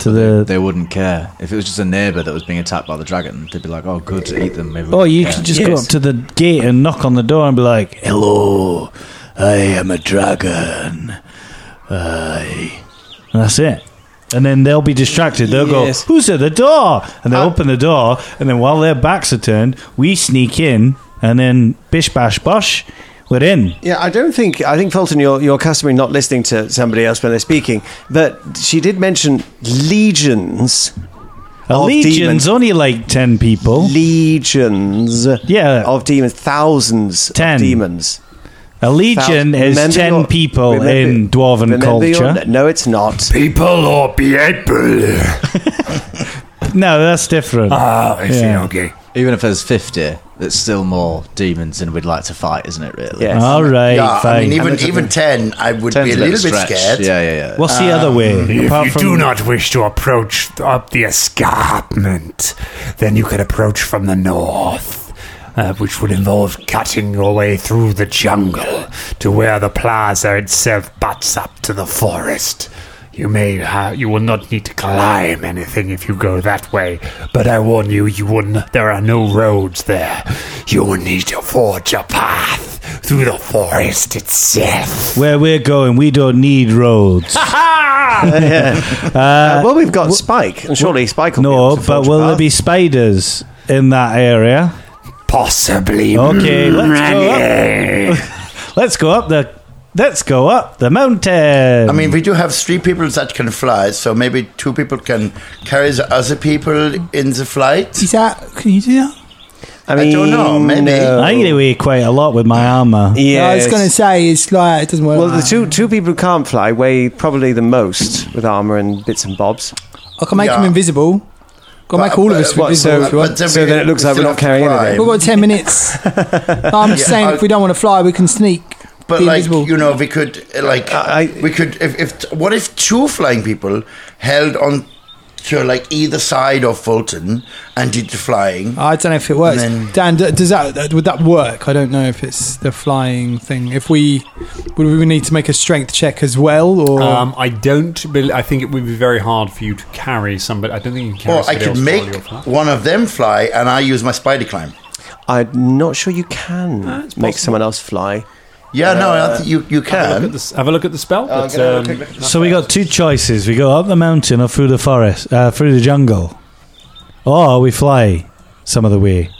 S8: to the.
S2: They wouldn't care. If it was just a neighbour that was being attacked by the dragon, they'd be like, oh, good, eat them. Maybe we
S8: Or
S2: don't
S8: you
S2: care."
S8: could just go up to the gate and knock on the door and be like, "Hello, I am a dragon." I. And that's it. And then they'll be distracted. They'll
S7: Yes.
S8: go, "Who's at the door?" And they'll open the door. And then while their backs are turned, we sneak in. And then bish bash bosh, we're in.
S10: Yeah, I don't think I think Fulton, you're you're customary not listening to somebody else when they're speaking, but she did mention legions,
S8: A
S10: of
S8: legion's
S10: demons.
S8: only like 10 people.
S10: legions,
S8: yeah.
S10: of demons, thousands,
S8: Ten.
S10: of demons.
S8: a legion
S10: Thousand-
S8: is
S10: Remember
S8: 10
S10: your-
S8: people
S10: remember-
S8: in dwarven
S10: remember your-
S8: culture.
S10: no, it's not.
S6: People or people?
S8: No, that's different.
S6: Ah, I see.
S8: Yeah.
S6: Okay.
S2: Even if there's 50, that's still more demons than we'd like to fight, isn't it, really?
S10: Yes.
S8: All right,
S5: yeah. I
S8: fine.
S5: mean, even even ten, I would be a
S2: Little
S5: little bit
S2: stretch.
S5: scared. Uh,
S2: Yeah, yeah, yeah.
S8: What's the other way?
S6: Um, If you do not wish to approach up the escarpment, then you can approach from the north. uh, which would involve cutting your way through the jungle to where the plaza itself butts up to the forest. You may ha- you will not need to climb anything if you go that way, but I warn you, you will n- there are no roads there. You will need to forge a path through the forest itself.
S8: Where we're going, we don't need roads.
S4: Uh, well, we've got Spike, and surely Spike will
S8: No,
S4: be able to
S8: but
S4: forge a
S8: will
S4: path.
S8: there be spiders in that area?
S6: Possibly.
S8: Okay, let's go
S6: Granny.
S8: up. Let's go up the. Let's go up the mountain.
S5: I mean, we do have three people that can fly, so maybe two people can carry the other people in the flight.
S7: Is that? Can you do that?
S4: I,
S5: I
S4: mean,
S5: don't know, maybe.
S4: no.
S8: I uh, get away quite a lot with my armor.
S7: Yeah, I
S4: Yes.
S7: was going to say it's like it doesn't work.
S4: Well,
S7: like
S4: the
S7: that.
S4: two two people who can't fly weigh probably the most with armor and bits and bobs.
S7: I can make
S5: Yeah.
S7: them invisible. Got to make all of us
S4: what,
S7: invisible
S4: so-
S7: if you want.
S5: but then
S4: So
S5: we-
S4: then it looks
S5: we
S4: like we're
S5: still
S4: not
S5: have to
S4: carrying
S5: fly.
S4: anything.
S7: We've got ten minutes. I'm just
S5: Yeah,
S7: saying,
S5: I-
S7: if we don't want to fly, we can sneak.
S5: But
S7: be
S5: like
S7: invisible.
S5: you know, we could uh, like
S4: I-
S5: we could if, if what if two flying people held on to like either side of Fulton and did the flying?
S7: I don't know if it works.
S5: then-
S7: Dan, d- does that that- would that work? I don't know if it's the flying thing. If we would we need to make a strength check as well, or
S3: Um, I don't. Be- I think it would be very hard for you to carry somebody. I don't think you can carry.
S5: or I
S3: somebody
S5: could
S3: else
S5: make
S3: while you're flying.
S5: one of them fly, and I use my spider climb.
S4: I'm not sure you can make someone else fly. Uh,
S5: Yeah, no, I think you you
S3: Have a look at
S5: can.
S3: the, s- have a look at the
S2: Oh,
S3: spell. but, um,
S8: So we got two choices: we go up the mountain or through the forest, uh, through the jungle, or we fly some of the way.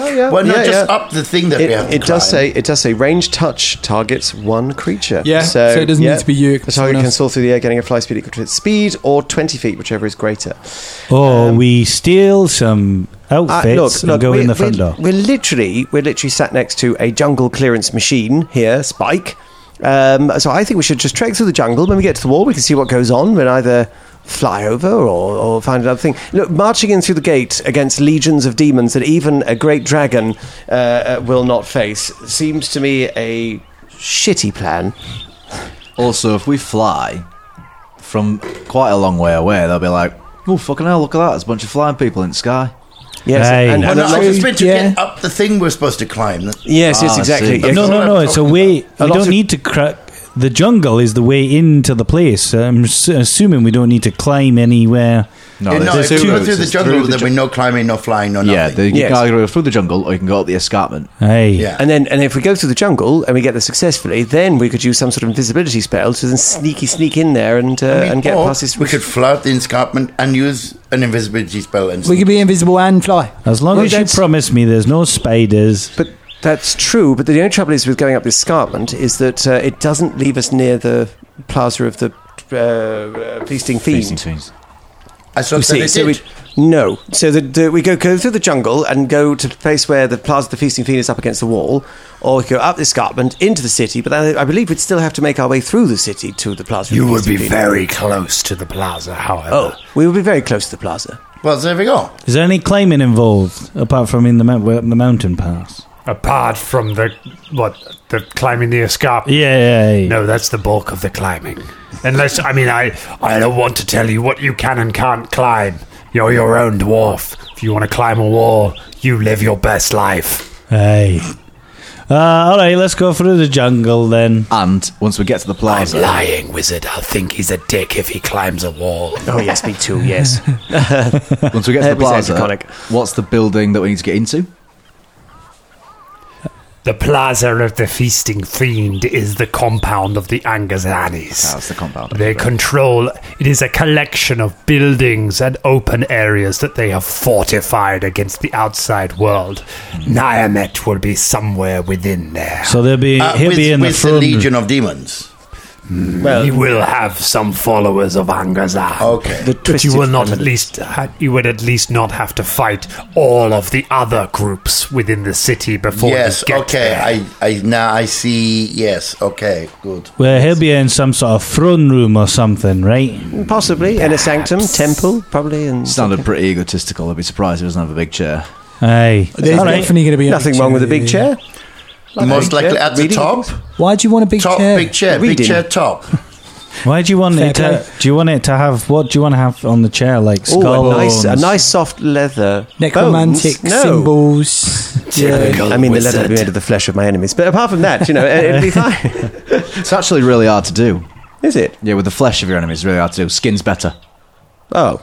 S4: Oh yeah,
S5: Well, no,
S4: yeah,
S5: just
S4: yeah.
S5: up the thing that
S4: It,
S5: we have. To
S4: it does
S5: climb.
S4: say it does say range touch targets one creature.
S7: Yeah, so it doesn't need to be you, it
S4: The
S7: can be someone
S4: target can
S7: else.
S4: soar through the air, getting a fly speed equal to its speed or twenty feet, whichever is greater.
S5: Um,
S8: Or Oh, we steal some
S4: Ah,
S8: outfits Oh, and go
S4: we're-
S8: in the front
S4: we're-
S8: door.
S4: We're literally, we're literally sat next to a jungle clearance machine here, Spike. Um, so I think we should just trek through the jungle. When we get to the wall, we can see what goes on. We'll either fly over or, or find another thing. Look, marching in through the gate against legions of demons that even a great dragon uh, uh, will not face seems to me a shitty plan.
S2: Also, if we fly from quite a long way away, they'll be like, "Oh fucking hell! Look at that! There's a bunch of flying people in the sky."
S4: Yes,
S8: Hey.
S4: and,
S5: Well,
S4: and
S5: no, I
S4: like-
S5: was meant to
S7: yeah.
S5: get up the thing we're supposed to climb.
S4: yes,
S2: Ah,
S4: yes,
S2: I
S4: exactly.
S2: see.
S4: Yeah,
S8: No,
S5: That's
S8: no,
S5: what
S8: no.
S5: I'm
S8: It's a
S5: talking
S8: way.
S5: about.
S8: We
S4: lot
S8: don't
S4: of-
S8: need to. Cra- the jungle is the way into the place. I'm s- assuming we don't need to climb anywhere.
S5: No, no,
S2: there's
S5: if you go
S2: routes.
S5: through the
S2: It's
S5: jungle,
S2: through the
S5: then
S2: ju-
S5: we're no climbing, no flying, no
S2: yeah,
S5: nothing.
S2: they, uh, you
S4: Yes.
S2: can either go through the jungle or you can go up the escarpment.
S8: Hey,
S5: Yeah.
S4: And then, and if we go through the jungle and we get there successfully, then we could use some sort of invisibility spell to then sneaky sneak in there and uh, and get
S5: Or
S4: past this.
S5: We could flout the escarpment and use an invisibility spell. And
S7: we could be invisible and fly.
S8: as long
S4: Well,
S8: as you
S4: that's-
S8: promise me there's no spiders.
S4: but that's true. But the only trouble is with going up this escarpment is that uh, it doesn't leave us near the plaza of the uh, uh, feasting
S2: Feasting
S4: fiend.
S2: fiends.
S5: I thought
S4: You see,
S5: that
S4: so
S5: it
S4: we
S5: did.
S4: no, so the, the, we go go through the jungle and go to the place where the plaza of the feasting fiend is up against the wall, or we go up the escarpment into the city. But I, I believe we'd still have to make our way through the city to the plaza. of
S6: you
S4: the
S6: would
S4: Feasting
S6: be
S4: Fiend.
S6: very close to the plaza, however.
S4: Oh, we will be very close to the plaza.
S5: Well, there we go.
S8: Is there any climbing involved apart from in the mount- the mountain pass?
S6: Apart from the what the climbing the escarpment.
S8: Yeah, yeah, yeah.
S6: No, that's the bulk of the climbing. Unless I mean I I don't want to tell you what you can and can't climb. You're your own dwarf. If you want to climb a wall, you live your best life.
S8: Hey. Uh, all right, let's go through the jungle then.
S2: And once we get to the
S6: I'm
S2: plaza,
S6: lying, wizard. I'll think he's a dick if he climbs a wall.
S4: Oh yes, me too. Yes.
S2: once we get to the
S4: That was
S2: plaza,
S4: iconic.
S2: what's the building that we need to get into?
S6: The plaza of the feasting fiend is the compound of the Angazanis.
S2: That's the compound.
S6: They control. It is a collection of buildings and open areas that they have fortified against the outside world.
S5: Hmm.
S6: Niamet will be somewhere within there.
S8: So there'll be
S5: Uh,
S8: he'll
S5: with
S8: be in the
S5: with the,
S8: front.
S5: Legion of Demons.
S6: you Hmm. will have some followers of Angazan.
S5: Okay.
S6: But you will not at least ha- you would at least not have to fight all of the other groups within the city before. you
S5: yes.
S6: get
S5: Okay.
S6: there.
S5: I, I now I see. Yes. Okay. Good.
S8: Well, he'll be in some sort of throne room or something, right?
S4: Possibly in a sanctum, temple, probably, and
S2: Sounded pretty egotistical. I'd be surprised if it doesn't have a big chair.
S8: Hey,
S7: There's
S8: all right.
S7: definitely going to be a
S4: nothing
S7: big
S4: wrong with a big chair.
S5: Most
S4: yeah,
S5: likely at the
S4: reading
S5: top.
S7: Why do you want a big
S5: Top.
S7: chair?
S5: Big chair. Big
S4: Reading.
S5: chair. Top.
S8: Why do you want
S7: Fair
S8: it to?
S7: play.
S8: Do you want it to have? What do you want to have on the chair? Like
S4: Ooh,
S8: skulls?
S4: a nice, a nice soft leather.
S7: Necromantic
S4: Bones? No.
S7: symbols. Yeah.
S4: I mean, the leather would be made of the flesh of my enemies. But apart from that, you know, it- it'd be fine.
S2: It's actually really hard to do.
S4: Is it?
S2: Yeah, with the flesh of your enemies, really hard to do. Skin's better.
S4: Oh.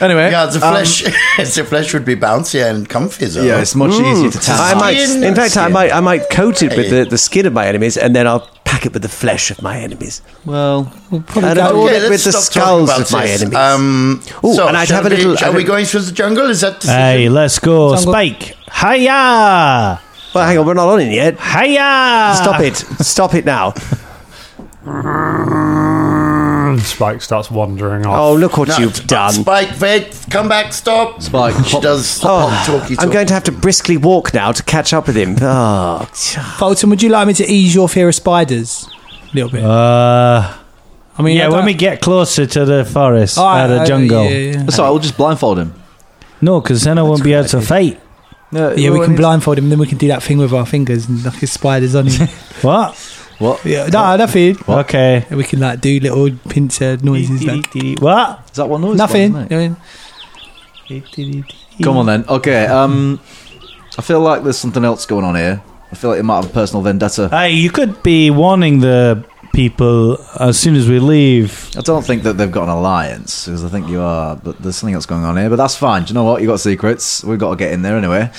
S2: Anyway,
S5: Yards of
S2: um,
S5: flesh. yards of flesh would be bouncy and comfy. Though.
S2: yeah, it's much easier to tap.
S4: Mm. I might,
S5: Skin.
S4: in fact, I
S5: Skin.
S4: might, I might coat it with the, the skin of my enemies, and then I'll pack it with the flesh of my enemies,
S2: well,
S4: and
S5: Okay,
S4: adorn it with
S5: let's
S4: the
S5: stop talking
S4: skulls
S5: about
S4: of my
S5: this.
S4: enemies.
S5: Um,
S4: Ooh,
S5: so
S4: and I'd
S5: shall
S4: have a
S5: we-
S4: little-
S5: Shall
S4: I'd-
S5: we going through the jungle? Is that?
S8: Hey, let's go, Spike! Hiya!
S4: well, hang on, we're not on it yet.
S8: Hiya!
S4: Stop it! Stop it now!
S3: mm, Spike starts wandering off.
S4: Oh, look what you've
S5: Sp-
S4: done!
S5: Spike, wait, come back, stop.
S2: Spike,
S5: she
S2: pop-
S5: does
S4: Oh,
S5: pop, talky
S4: I'm
S5: talk.
S4: going to have to briskly walk now to catch up with him. Oh,
S7: Fulton, would you like me to ease your fear of spiders? A little bit.
S8: Uh,
S7: I mean,
S8: yeah,
S7: I
S8: when
S7: don't-
S8: we get closer to the forest,
S7: Oh, I-
S8: uh, the
S7: I-
S8: jungle.
S7: yeah, yeah.
S2: That's all right, we'll just blindfold him.
S8: No, because then I won't be able to fight.
S2: No,
S7: Yeah, we can blindfold him, then we can do that thing with our fingers and like his spiders on him.
S8: What?
S2: What
S7: yeah, no, nothing.
S8: Okay.
S7: And we can like do little pincer noises. like,
S8: What?
S2: is that? One noise?
S7: nothing.
S2: One,
S7: I mean,
S2: Come on then. Okay. Um, I feel like there's something else going on here. I feel like it might have a personal vendetta.
S8: Hey, you could be warning the people as soon as we leave.
S2: I don't think that they've got an alliance because I think you are, but there's something else going on here. But that's fine. Do you know what? You got secrets. We've got to get in there anyway.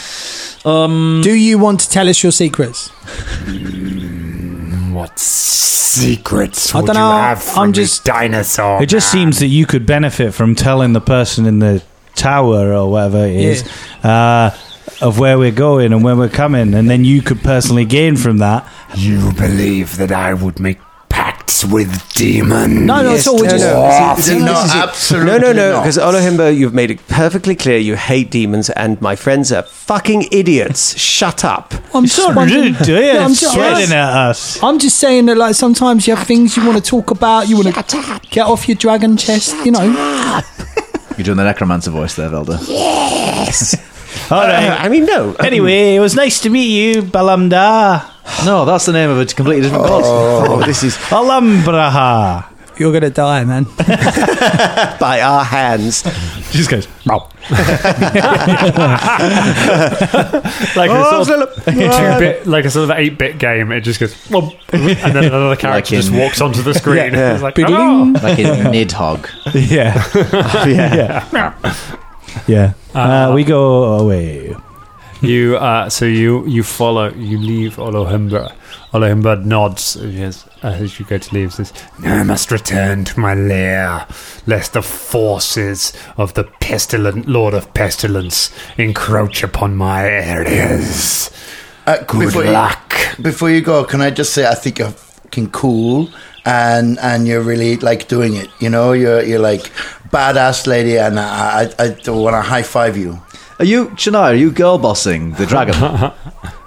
S2: Um,
S7: do you want to tell us your secrets?
S6: What secrets
S7: I
S6: would you
S7: dunno,
S6: have from
S7: I'm
S6: this
S7: just-
S6: dinosaur?
S8: It just
S6: Oh, man?
S8: seems that you could benefit from telling the person in the tower or whatever it is uh, of where we're going and where we're coming, and then you could personally gain from that.
S6: You believe that I would make pacts with demons?
S7: No, no, it's all. We're
S4: no,
S7: just,
S4: no.
S5: Do not, absolutely
S4: No, no, no,
S5: not.
S4: because Olohimbo, you've made it perfectly clear you hate demons, and my friends are fucking idiots. Shut up.
S7: I'm just wondering-
S8: Dear,
S7: Yeah, I'm just-
S8: sweating at us.
S7: I'm just saying that, like, sometimes you have things you want to talk about. You want to get off your dragon chest, you know.
S2: you're doing the necromancer voice there, Velda.
S8: All
S4: Uh,
S8: right.
S4: I mean, no.
S8: Anyway, it was nice to meet you, Balamda.
S2: No, that's the name of a completely different god.
S4: Oh, this is
S8: Alambraha.
S7: You're gonna die, man.
S4: by our hands.
S8: Just goes.
S3: like a
S4: Oh,
S3: sort of
S4: Philip.
S3: two bit, like a sort of eight bit game. It just goes, "Whoop," and then another character
S2: Like in-
S3: just walks onto the screen.
S4: yeah.
S3: It's like,
S7: Biddling.
S3: "Oh."
S2: like in Nidhogg.
S8: Yeah. yeah. Yeah. Uh, we go away.
S3: you uh, so you you follow you leave Olohimba. Olohimba nods as you- as you go to leave. Says,
S6: I must return to my lair, lest the forces of the pestilent Lord of Pestilence encroach upon my areas.
S5: Uh,
S6: Good
S5: before
S6: luck.
S5: You, before you go, can I just say I think you're fucking cool and and you're really like doing it. You know, you're you're like badass lady, and I I, I want to high five you.
S2: Are you Shania? Are you girl bossing the dragon?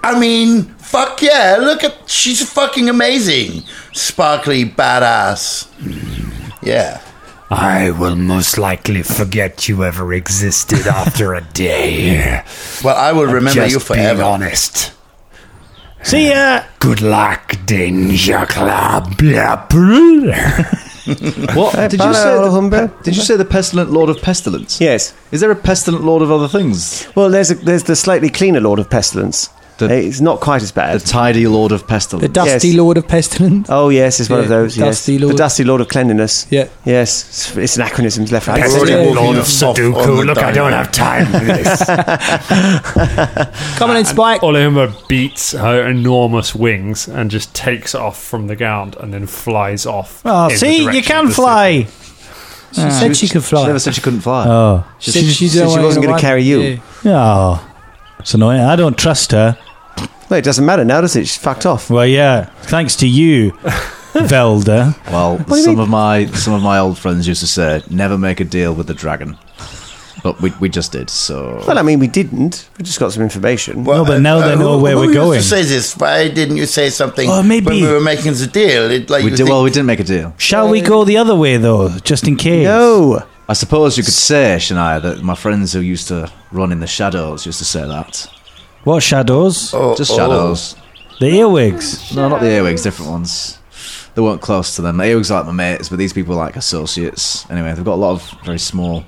S5: I mean, fuck yeah! Look at she's fucking amazing, sparkly badass. Yeah.
S6: I will most likely forget you ever existed after a day.
S5: Well, I will remember
S6: Just
S5: you forever.
S6: Being honest.
S8: See ya.
S6: Good luck, Danger Club. Blah, blah.
S2: what did you say?
S4: Olohimbo?
S2: Did you say the pestilent lord of pestilence?
S4: Yes.
S2: Is there a pestilent lord of other things?
S4: Well, there's a, there's the slightly cleaner Lord of Pestilence.
S2: The-
S4: it's not quite as
S2: The
S4: bad.
S2: tidy lord of
S7: The
S2: pestilence.
S7: dusty
S4: Yes.
S7: lord of pestilence.
S4: oh yes, it's one of
S7: Yeah,
S4: those.
S7: Dusty
S4: yes.
S7: Lord.
S4: The Dusty Lord of Cleanliness.
S7: Yeah.
S4: Yes, it's, it's anachronisms left, right. and centre.
S5: Pestilence.
S6: Pestilent
S5: walking
S6: Lord of
S5: us off on the
S6: Sudoku. Look, I don't
S5: diamond.
S6: have time for this.
S7: Come on in, Spike.
S3: Olehimba beats her enormous wings and just takes off from the ground and then flies off.
S8: Oh,
S3: in the
S8: see, you
S3: direction
S8: can
S3: of the city.
S8: fly.
S7: She said she could
S2: She
S7: fly.
S2: never said she couldn't fly.
S8: Oh.
S7: She
S4: she- she said she
S7: don't
S4: wasn't
S7: wanna
S4: gonna carry you.
S7: Yeah.
S8: Oh. It's annoying. I don't trust her.
S4: Well, it doesn't matter now, does it? She's fucked off.
S8: Well, yeah. Thanks to you, Velda.
S2: Well, some of my some of my old friends used to say, "Never make a deal with the dragon," but we we just did. So
S4: Well, I mean, we didn't. We just got some information.
S5: Well,
S8: No, but now they
S5: uh, who-
S8: know where
S5: who
S8: we're
S5: used to
S8: going.
S5: say this? Why didn't you say something
S8: Oh, maybe-
S5: when we were making the deal? It, like
S2: we
S5: you
S2: did.
S5: think-
S2: Well, we didn't make a deal.
S8: Shall we go the other way, though, just in case?
S4: no.
S2: I suppose you could say, Shania, that my friends who used to run in the shadows used to say that.
S8: What shadows?
S5: Oh,
S2: Just
S5: oh.
S2: shadows.
S8: The earwigs.
S2: No, not the earwigs. Different ones. they weren't close to them. They was like my mates, but these people are like associates. Anyway, they've got a lot of very small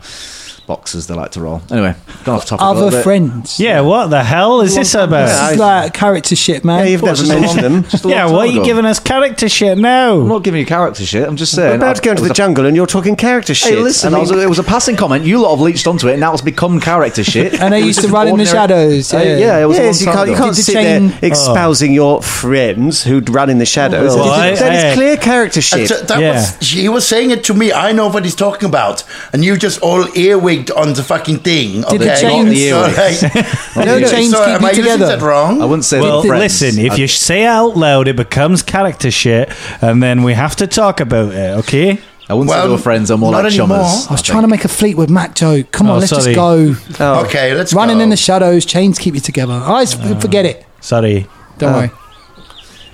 S2: boxes they like to roll. Anyway, gone off topic. a little
S7: Other
S2: bit.
S7: friends.
S8: Yeah, what the hell is this
S7: This
S8: about?
S7: is like character shit, man.
S4: you've never mentioned them.
S2: Just a long
S8: Yeah,
S2: time
S8: why are you
S2: ago.
S8: giving us character shit
S2: I'm
S8: now?
S2: not giving you character shit. I'm just saying.
S4: We're about to go into the jungle and you're talking character shit.
S2: Hey, listen,
S4: I
S2: I was, it was a passing comment. You lot have leached onto it, and now it's become character shit.
S7: And they
S2: It was
S7: used to
S2: just
S7: run in the
S2: ordinary-
S7: shadows,
S2: Uh,
S4: Oh,
S7: yeah.
S2: yeah, it was.
S4: Yes,
S2: a
S4: you
S2: long
S4: can't, you
S2: time
S4: can't
S7: Did
S4: sit
S7: the chain-
S4: there espousing your friends who'd run in the shadows.
S8: Well,
S4: that, is, that is
S8: I- I-
S4: clear character
S5: Uh,
S4: shit.
S5: th- that
S8: Yeah.
S5: was, he was saying it to me. I know what he's talking about, and you just all earwigged on the fucking thing.
S7: Did the
S5: okay?
S7: chains-
S5: Sorry.
S7: No, the chains
S5: Sorry,
S7: keep
S5: am
S7: you
S5: I using
S7: together.
S5: that wrong?
S2: ago. I wouldn't say.
S8: Well,
S2: they're friends.
S8: listen, if
S2: I-
S8: you say it out loud, it becomes character shit, and then we have to talk about it, okay?
S2: I wouldn't say
S5: Well,
S2: they were friends. I'm more
S5: not
S2: like chummers.
S5: anymore.
S7: I was trying to make a Fleetwood Mac joke. Come on,
S8: Oh,
S7: let's just
S8: sorry.
S7: go.
S4: Oh.
S5: okay, let's
S7: Running
S5: go.
S7: in the shadows, chains keep you together. I s-
S8: Uh,
S7: forget it.
S8: Sorry.
S4: uh,
S7: Don't worry.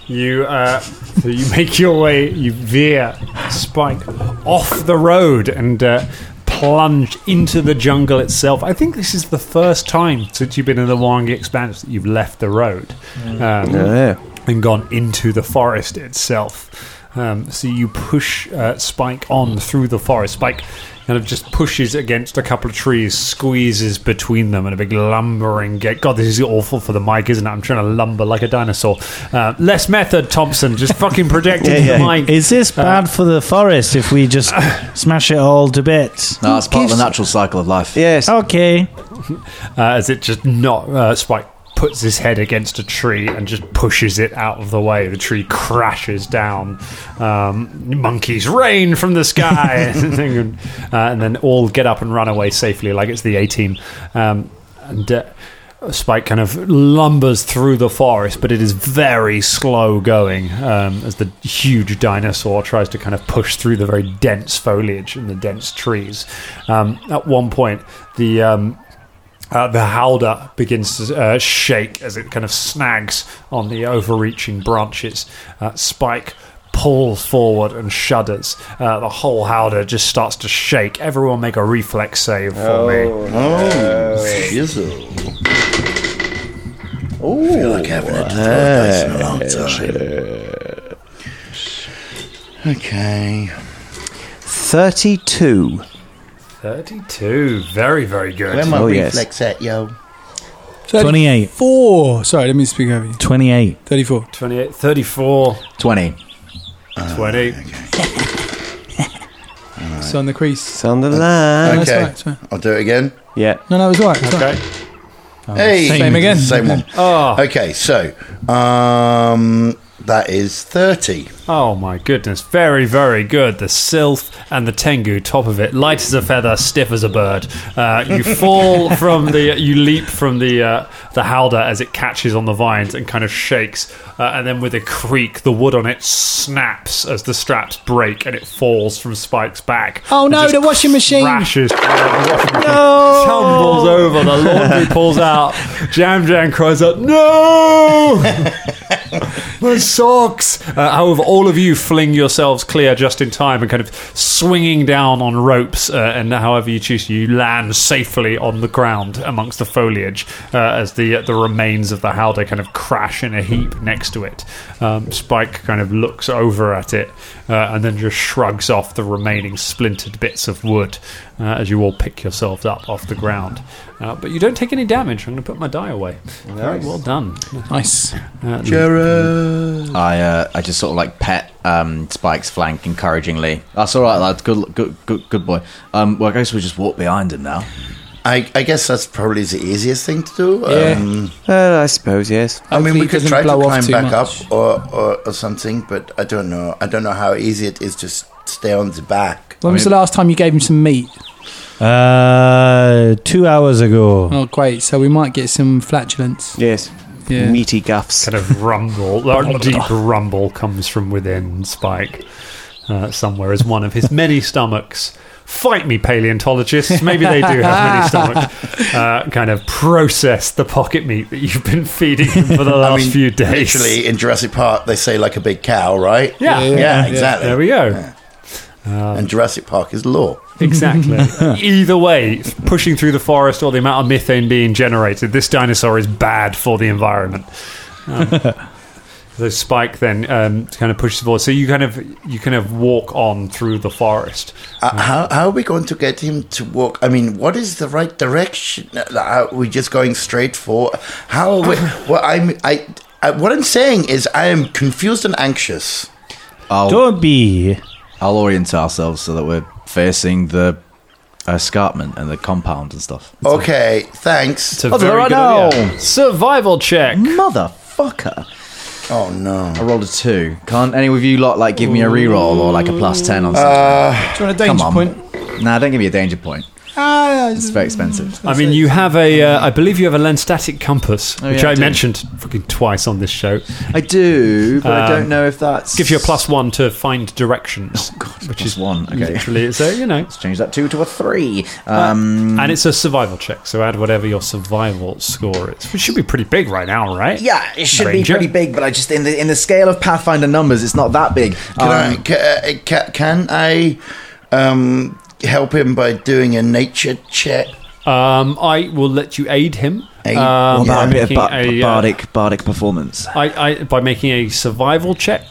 S3: You uh, so you make your way, you veer Spike off the road and uh, plunge into the jungle itself. I think this is the first time since you've been in the Wangi Expanse that you've left the road um, and gone into the forest itself. Um, so you push uh, Spike on through the forest. Spike kind of just pushes against a couple of trees, squeezes between them, and a big lumbering gate. God, this is awful for the mic, isn't it? I'm trying to lumber like a dinosaur. Uh, less method, Thompson. Just fucking projecting the mic. Uh,
S8: Is this bad for the forest if we just smash it all to bits?
S2: No, it's part of the natural cycle of life.
S4: Yes.
S8: Okay.
S3: uh, as it just not uh, Spike puts his head against a tree and just pushes it out of the way. The tree crashes down. Um, monkeys rain from the sky, and, uh, and then all get up and run away safely, like it's the A team. Um, and. Uh, Spike kind of lumbers through the forest, but it is very slow going um, as the huge dinosaur tries to kind of push through the very dense foliage and the dense trees. Um, at one point, the um, uh, the howler begins to uh, shake as it kind of snags on the overreaching branches. Uh, Spike pulls forward and shudders. Uh, the whole howler just starts to shake. Everyone make a reflex save for me.
S5: Oh, shizzle. I feel like having it to throw a dice in a long time. Okay.
S4: 32.
S3: 32. Very, very
S5: Where
S3: good.
S5: my
S4: Oh, yes.
S5: reflex at, yo?
S8: 28.
S7: Four. Sorry, let me speak over you.
S8: 28.
S7: 34.
S3: 28, 34,
S2: Twenty.
S3: 20.
S7: So on the crease. Oh,
S4: It's on the line.
S7: That's
S5: Okay.
S7: right, that's right.
S5: I'll do it again.
S4: Yeah.
S7: No, no, it was all right. It was all right.
S3: Okay.
S5: hey,
S7: Same again.
S5: Same one.
S3: Oh,
S5: Okay, so um, that is 30.
S3: oh my goodness. Very, very good. The Sylph and the Tengu, top of it. Light as a feather, stiff as a bird. Uh, you fall from the, you leap from the uh, the howler as it catches on the vines and kind of shakes. Uh, and then with a creak, the wood on it snaps as the straps break and it falls from Spike's back.
S7: Oh
S3: It
S7: no,
S3: just
S7: the washing machine.
S3: crashes. Tumbles over. The laundry pulls out. Jam Jam cries out, "No!" My socks! Uh, however, all of you fling yourselves clear just in time and kind of swinging down on ropes, uh, and however you choose, you land safely on the ground amongst the foliage uh, as the the remains of the howdah kind of crash in a heap next to it. Um, Spike kind of looks over at it uh, and then just shrugs off the remaining splintered bits of wood uh, as you all pick yourselves up off the ground. Uh, but you don't take any damage. I'm going to put my die away. Very well done.
S7: Nice.
S2: I uh, I just sort of like pet um, Spike's flank encouragingly. That's all right, lad. Good, good, good, good boy. Um, well, I guess we just walk behind him now.
S5: I, I guess that's probably the easiest thing to do.
S7: Yeah.
S5: Um,
S4: Uh, I suppose, yes.
S5: I mean,
S7: Hopefully
S5: we
S7: it
S5: could
S7: doesn't
S5: try to
S7: blow off
S5: climb
S7: too
S5: back
S7: much.
S5: up or, or, or something, but I don't know. I don't know how easy it is to s- stay on the back.
S7: When was the last time you gave him some meat?
S8: Uh, two hours ago.
S7: Oh, great. So we might get some flatulence.
S4: Yes.
S7: Yeah.
S4: Meaty guffs.
S3: kind of rumble, that deep rumble comes from within Spike uh, somewhere as one of his many stomachs. Fight me, paleontologists. Maybe they do have many stomachs. Uh, kind of process the pocket meat that you've been feeding him for the last few days.
S5: Literally, in Jurassic Park, they say like a big cow, right?
S3: Yeah.
S5: Yeah,
S3: Yeah,
S5: exactly.
S3: There we go.
S5: and Jurassic Park is law.
S3: Exactly. Either way, pushing through the forest or the amount of methane being generated, this dinosaur is bad for the environment. Um, So Spike then um, kind of pushes forward. So you kind of you kind of walk on through the forest.
S5: Uh, how, how are we going to get him to walk? I mean, what is the right direction? Uh, Are we just going straight for? How are we? well, I'm I, I. What I'm saying is, I am confused and anxious.
S2: I'll,
S8: Don't be.
S2: I'll orient ourselves so that we're facing the escarpment and the compound and stuff.
S5: Okay, thanks.
S3: It's a very good idea. Survival check.
S2: Motherfucker!
S5: Oh no.
S2: I rolled a two. Can't any of you lot like give me a reroll or like a plus ten on something?
S7: Do you want a
S2: Come
S7: danger
S2: on.
S7: point?
S2: Nah, don't give me a danger point.
S7: Ah,
S2: It's very expensive.
S3: I mean, you have a, uh, I believe you have a lens static compass,
S2: Oh,
S3: which
S2: yeah, I
S3: I
S2: do.
S3: mentioned fucking twice on this show. Um,
S2: I do, but I don't know if that's Oh,
S3: Gives you a plus one to find directions, which
S2: plus
S3: is
S2: one, okay.
S3: Literally, so you know,
S2: Let's change that two to a three. Um,
S3: and it's a survival check. So add whatever your survival score is, which should be pretty big right now, right?
S2: yeah, it should
S3: Ranger?
S2: be pretty big, but I just in the in the scale of Pathfinder numbers, it's not that big.
S5: Can
S2: Um,
S5: I can, can, can I um, help him by doing a nature check?
S3: Um, I will let you aid him.
S5: Aid?
S3: Um,
S2: What about a
S3: by
S2: bit of
S3: making
S2: ba-
S3: a, uh,
S2: bardic bardic performance?
S3: I, I by making a survival check.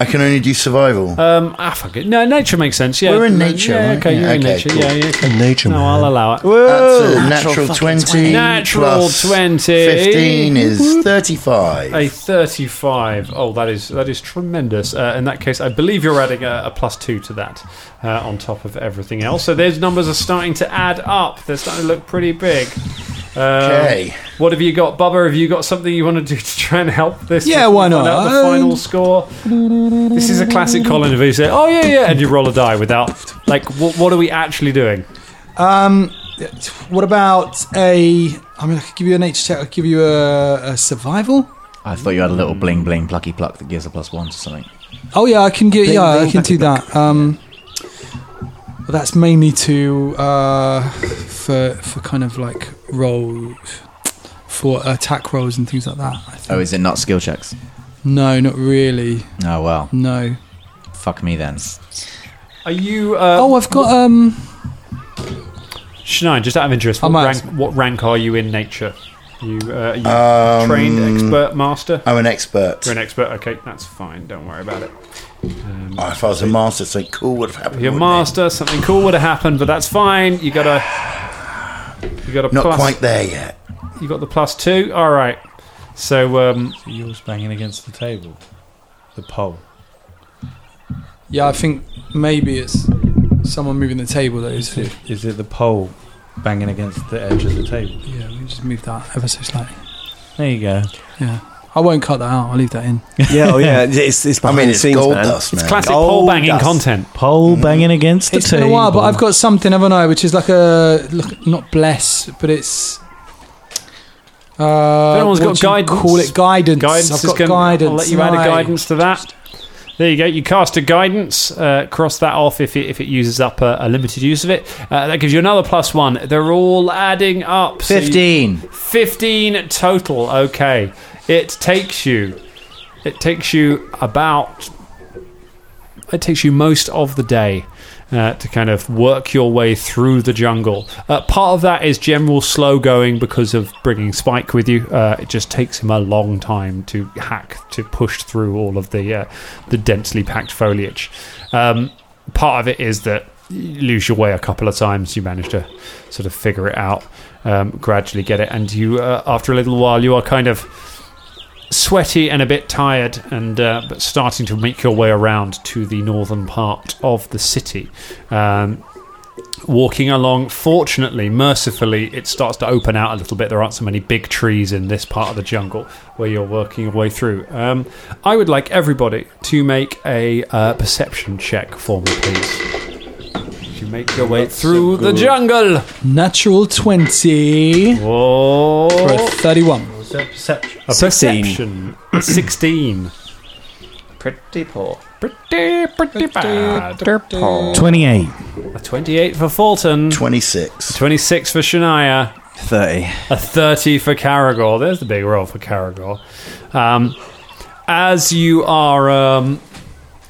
S5: I can only do survival.
S3: Um, ah, fuck it. No, nature makes sense. Yeah,
S5: We're in nature,
S3: Yeah,
S5: right?
S3: okay,
S5: Yeah,
S3: you're in
S5: okay,
S3: nature.
S5: cool.
S3: Yeah, yeah. Okay.
S10: Nature
S3: No, I'll allow it.
S5: That's a natural, 20.
S3: Natural
S5: plus
S3: 20.
S5: 15 is 35.
S3: A thirty-five. Oh, that is that is tremendous. Uh, in that case, I believe you're adding a, a plus two to that uh, on top of everything else. So those numbers are starting to add up. They're starting to look pretty big. Um,
S5: Okay.
S3: What have you got, Bubba? Have you got something you want to do to try and help this?
S7: Yeah,
S3: before
S7: why
S3: we find
S7: not?
S3: out the final score. This is a classic Colin of you say, "Oh yeah, yeah," and you roll a die without like, what, what are we actually doing?
S7: Um, what about a? I mean, I could give you an nature check. I could give you a, a survival.
S2: I thought you had a little bling bling plucky pluck that gives a plus one to something.
S7: Oh yeah, I can get. yeah, I can do that. Um, well, that's mainly to uh, for for kind of like roll for attack rolls and things like that. I think.
S2: Oh, is it not skill checks?
S7: No, not really.
S2: Oh well,
S7: No.
S2: fuck me then.
S3: Are you? Uh,
S7: Oh, I've got um.
S3: Shania, just out of interest,
S7: I
S3: what
S7: might-
S3: rank, what rank are you in nature? You, uh, are you trained expert master?
S5: Um, I'm an expert.
S3: You're an expert. Okay, that's fine. Don't worry about it. Um,
S5: Oh, if I was a master, something cool would have happened.
S3: You're
S5: wouldn't
S3: master. Something cool would have happened, but that's fine. You got a, you got a
S5: it? Not
S3: plus.
S5: quite there yet.
S3: You got the plus two. All right. So um,
S8: Yours banging against the table, the pole.
S7: Yeah, I think maybe it's someone moving the table that is.
S8: it, is it the pole banging against the edge of the table?
S7: Yeah, we just move that ever so slightly.
S8: There you go.
S7: Yeah, I won't cut that out. I'll leave that in.
S10: yeah, oh yeah, it's, it's
S5: I
S10: behind
S5: mean,
S10: the
S5: it's
S10: scenes,
S5: gold
S10: man.
S5: dust, man.
S3: classic
S10: Oh,
S3: pole banging
S10: that's-
S3: content.
S8: Pole banging against the
S7: It's
S8: table.
S7: been a while, but I've got something, haven't I? Which is like a look, not bless, but it's. Uh,
S3: Everyone's
S7: what
S3: got
S7: do you
S3: guidance.
S7: Call it guidance.
S3: Guidance
S7: I've
S3: is
S7: got
S3: gonna,
S7: guidance.
S3: I'll let you add a
S7: right.
S3: guidance to that. There you go. You cast a guidance. Uh, cross that off if it, if it uses up a, a limited use of it. Uh, that gives you another plus one. They're all adding up. So you-
S2: Fifteen.
S3: 15 total. Okay. It takes you. It takes you about. It takes you most of the day uh, to kind of work your way through the jungle. Uh, part of that is general slow going because of bringing Spike with you. Uh, it just takes him a long time to hack to push through all of the uh, the densely packed foliage. Um, part of it is that you lose your way a couple of times. You manage to sort of figure it out, um, gradually get it, and you uh, after a little while you are kind of sweaty and a bit tired, and uh, but starting to make your way around to the northern part of the city. Um, walking along. Fortunately, mercifully, it starts to open out a little bit. There aren't so many big trees in this part of the jungle where you're working your way through. Um, I would like everybody to make a uh, perception check for me, please. You make your way through the jungle.
S7: Natural twenty for a
S3: Oh,
S7: thirty-one.
S3: a perception. Sixteen.
S2: Pretty poor.
S3: Pretty, pretty bad.
S8: twenty-eight.
S3: A twenty-eight for Fulton.
S5: 26.
S3: Twenty-six for Shania.
S2: Thirty.
S3: A 30 for Caragor. There's the big roll for Caragor. Um, as you are, um,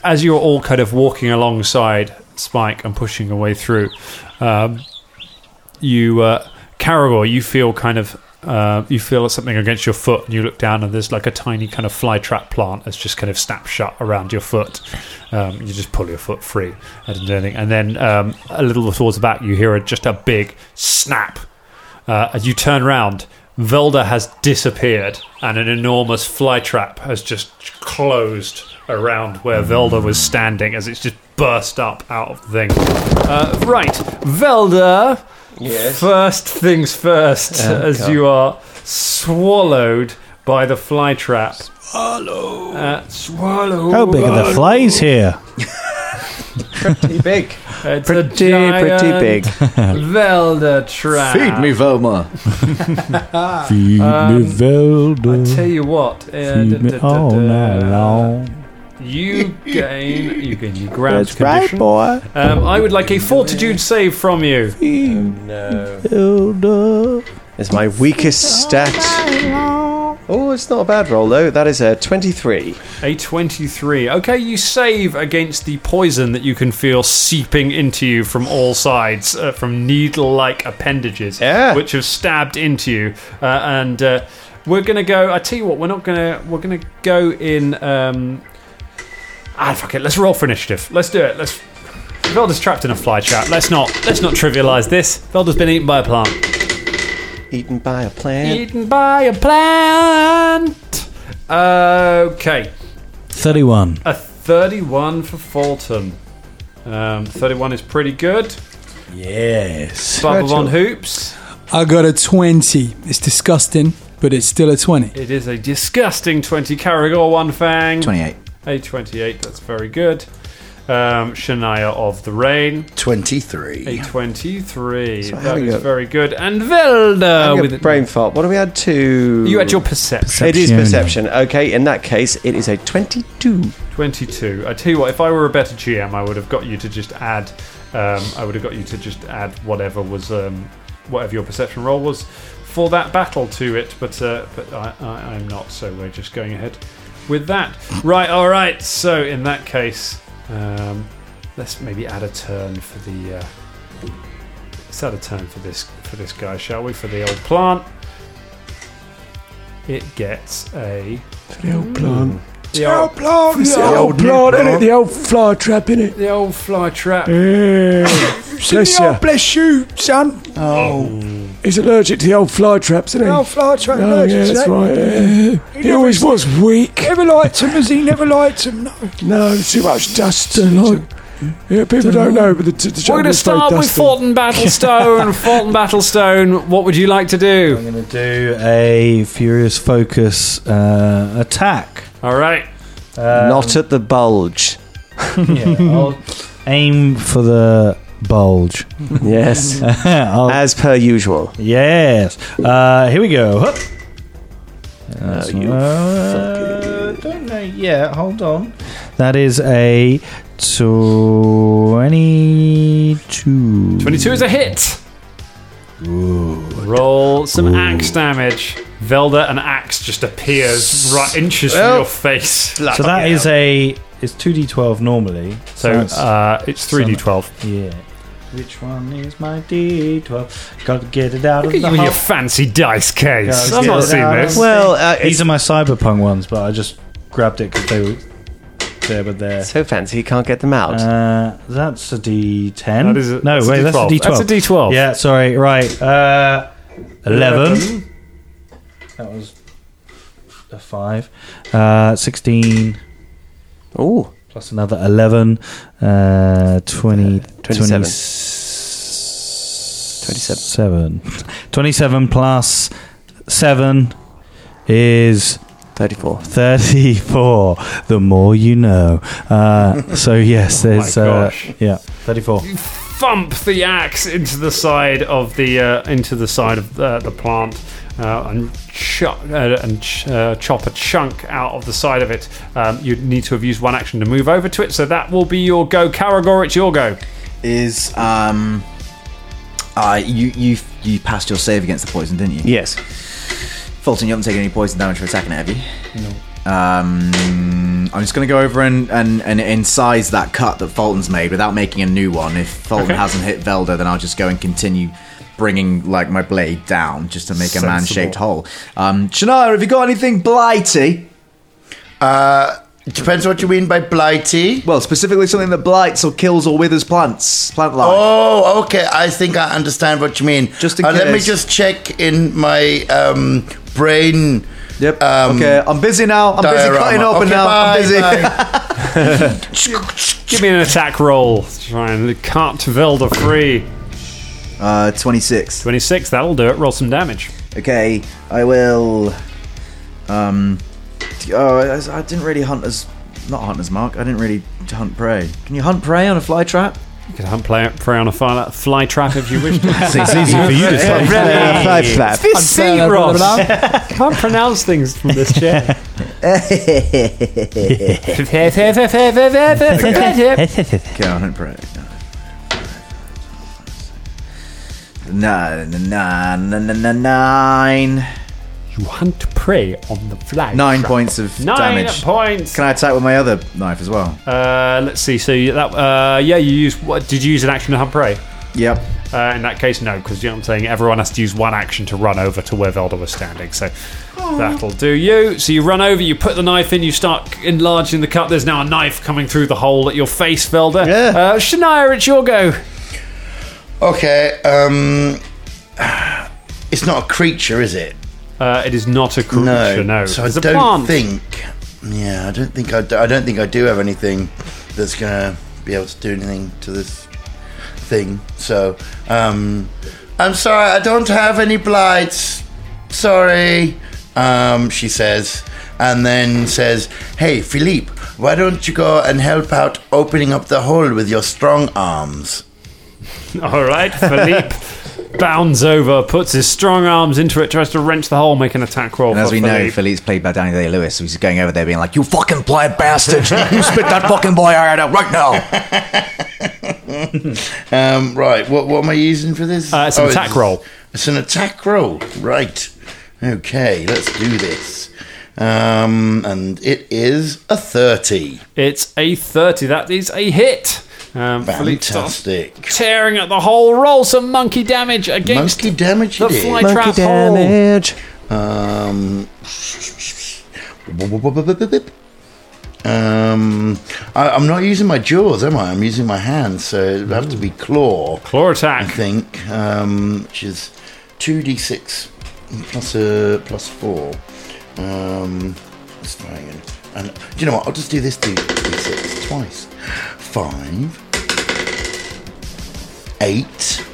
S3: as you're all kind of walking alongside Spike and pushing your way through, um, you, uh, Caragor, you feel kind of Uh, you feel something against your foot, and you look down, and there's like a tiny kind of flytrap plant that's just kind of snapped shut around your foot. Um, you just pull your foot free, and do anything. And then um, a little towards the back, you hear a, just a big snap. Uh, as you turn round, Velda has disappeared, and an enormous flytrap has just closed around where Velda was standing as it's just burst up out of the thing. Uh, right, Velda. Uh, First things first, Uh,
S4: Oh,
S3: as you are swallowed by the flytrap. Swallow. Uh, swallow.
S8: How big are the flies here?
S10: Pretty big.
S3: It's a
S10: Pretty, pretty
S3: giant
S10: big.
S3: Velda trap.
S2: Feed me, Velma.
S8: Feed me,
S3: I
S8: Velda.
S3: tell you what. Uh,
S8: Feed me
S3: da- da- da-
S8: all
S3: da.
S8: night long.
S3: You gain. You gain. You ground
S4: That's right,
S3: condition.
S4: boy.
S3: Um, I would like a fortitude save from you.
S2: Oh,
S4: Velda. It's my weakest stat. Oh, it's not a bad roll though. That is a twenty-three.
S3: A 23. Okay, you save against the poison that you can feel seeping into you from all sides, uh, from needle like appendages,
S4: Yeah.
S3: which have stabbed into you. Uh, and uh, we're going to go. I tell you what, we're not going to. We're going to go in. Um, ah, fuck it. Let's roll for initiative. Let's do it. Let's. Velda's trapped in a fly trap. Let's not. Let's not trivialize this. Velda's been eaten by a plant.
S4: Eaten by a plant.
S3: Eaten by a plant. Okay.
S8: 31.
S3: A 31 for Fulton. Um, 31 is pretty good.
S8: Yes.
S3: Bubble on hoops.
S7: I got a 20. It's disgusting, but it's still a 20.
S3: It is a disgusting 20 Caragor one fang.
S2: 28.
S3: A 28, that's very good. Um, Shania of the Rain,
S5: 23.
S3: a 23. that
S4: having
S3: is
S4: a-
S3: very good. And Velda with
S4: brain fart. What do we add to?
S3: You had your perception.
S4: It is
S8: Perception.
S4: perception. Okay, in that case, it is a twenty-two.
S3: 22. I tell you what, if I were a better GM, I would have got you to just add. Um, I would have got you to just add whatever was um, whatever your perception roll was for that battle to it. But uh, but I, I, I'm not, so we're just going ahead with that. Right. All right. So in that case, um, let's maybe add a turn for the. Uh, let's add a turn for this for this guy, shall we? For the old plant. It gets a. The old plant.
S7: The old blood in it, the old fly trap in it.
S3: The old fly trap.
S7: Bless you. Bless you, son. Oh. He's allergic to the old fly traps, isn't he? The old fly trap oh, allergic yeah, that's right. He, always was weak. Never liked him, has he? Never liked him, no. No, too much dust. yeah, people don't, know, but the, the, the
S3: We're going to start with Fulton Battlestone. Fulton Battlestone, what would you like to do?
S8: I'm going to do a Furious Focus uh, um, attack.
S3: All right.
S4: Not at the bulge.
S8: Yeah, I'll aim for the bulge.
S4: Yes,
S8: I'll-
S4: as per usual.
S8: yes. Uh, here we go. Hup. That's
S4: you
S8: uh, don't know. Yeah, hold on. That is a 22.
S3: 22 is a hit. Roll some axe damage. Velda, an axe just appears right inches from your face.
S8: So that is a. It's 2d12 normally.
S3: So
S8: that's-
S3: uh, it's 3d12.
S8: Yeah. Which one is my D12? Gotta get it out
S3: Look
S8: of
S3: at
S8: the
S3: you in your
S8: hole.
S3: fancy dice case.
S8: Guys,
S3: I've
S8: get
S3: not
S8: it
S3: seen
S8: out of
S3: this.
S8: the-
S4: Well, uh,
S8: These
S4: it's
S8: are my cyberpunk ones, but I just grabbed it because they were there, but there.
S4: so fancy you can't get them out.
S8: Uh, that's a D10.
S3: That is a-
S8: no,
S3: that's a
S8: wait, that's a
S3: D12.
S8: D12.
S3: That's a D12.
S8: Yeah, sorry, right. Uh, 11. That was a 5. Uh, 16
S4: Oh,
S8: plus another 11. Uh, 20,
S4: 27.
S8: 27. 27 plus 7 is
S4: 34.
S8: 34 the more you know uh, so yes there's
S3: Oh my
S8: uh,
S3: gosh.
S8: yeah 34
S3: thump the axe into the side of the uh, into the side of uh, the plant uh, and chuck uh, and ch- uh, chop a chunk out of the side of it. Um, you need to have used one action to move over to it, so that will be your go, Karagor. It's your go.
S2: Is um, uh, you you you passed your save against the poison, didn't you?
S4: Yes.
S2: Fulton, you haven't taken any poison damage for attacking it, have you? No. Um, I'm just going to go over and, and, and incise that cut that Fulton's made without making a new one. If Fulton hasn't hit Velda, then I'll just go and continue bringing like my blade down just to make a man-shaped hole. Um, Shania, have you got anything blighty?
S5: Uh, it depends what you mean by blighty.
S2: Well, specifically something that blights or kills or withers plants, plant life.
S5: Oh, okay. I think I understand what you mean.
S2: Just in
S5: uh, let me
S2: case.
S5: just check in my um, brain.
S2: Yep.
S5: Um,
S2: okay, I'm busy now. I'm busy
S5: diorama.
S2: cutting open
S5: Okay,
S2: now. I'm
S5: bye,
S2: busy.
S5: bye.
S3: Give me an attack roll. Try and can't Velda free.
S2: Uh, 26.
S3: 26, that'll do it. Roll some damage.
S2: Okay, I will. Um, t- oh, I, I didn't really hunt as not hunt as mark. I didn't really hunt prey. Can you hunt prey on a fly trap?
S3: You can hunt play, prey on a fly, fly trap if you wish to.
S8: It's easy for you to say.
S4: Flap, flap.
S3: this seat, Ross. can't pronounce things from this chair.
S2: Okay, I'll hunt prey. Nine, nine, nine, nine, nine,
S3: you hunt prey on the fly.
S2: nine
S3: trap.
S2: points of
S3: Nine
S2: damage.
S3: points.
S2: Can I attack with my other knife as well?
S3: Uh, let's see. So you- that uh, yeah, you use what? Did you use an action to hunt prey?
S2: Yep.
S3: Uh, in that case, no, because you know what I'm saying. Everyone has to use one action to run over to where Velda was standing. So that'll do you. So you run over, you put the knife in, you start enlarging the cut. There's now a knife coming through the hole at your face, Velda.
S4: Yeah.
S3: Uh, Shania, it's your go.
S5: Okay. Um, it's not a creature, is it?
S3: Uh, it is not a creature. No,
S5: So
S3: it's
S5: I
S3: a
S5: don't
S3: plant.
S5: think. Yeah, I don't think I. Do, I don't think I do have anything that's gonna be able to do anything to this thing. So, um, I'm sorry, I don't have any blights. Sorry, um, she says, and then says, "Hey, Philippe, why don't you go and help out opening up the hole with your strong arms?"
S3: All right, Philippe bounds over, puts his strong arms into it, tries to wrench the hole, make an attack roll.
S2: And as
S3: for
S2: we know,
S3: Philippe.
S2: Philippe's played by Danny Day Lewis, so he's going over there being like, "You
S9: You fucking blind bastard. you spit that fucking boy out right now.
S5: Um, right, what what am I using for this? Oh,
S3: Uh, it's an attack roll.
S5: It's an attack roll, right? Okay, let's do this. Um, and it is a thirty.
S3: It's a 30. That is a hit. Um, Philippe starts
S5: Fantastic.
S3: tearing at the hole. Roll some monkey damage against
S5: Monkey damage
S3: the
S5: it
S3: fly
S5: is.
S3: trap hole.
S4: Damage.
S5: Um, um, I, I'm not using my jaws, am I? I'm using my hands, so it'd have to be claw.
S3: Claw
S5: I
S3: attack.
S5: think, um, which is two d six plus a plus four. Um, let's try again. And do you know what? I'll just do this two d six twice. Five, eight,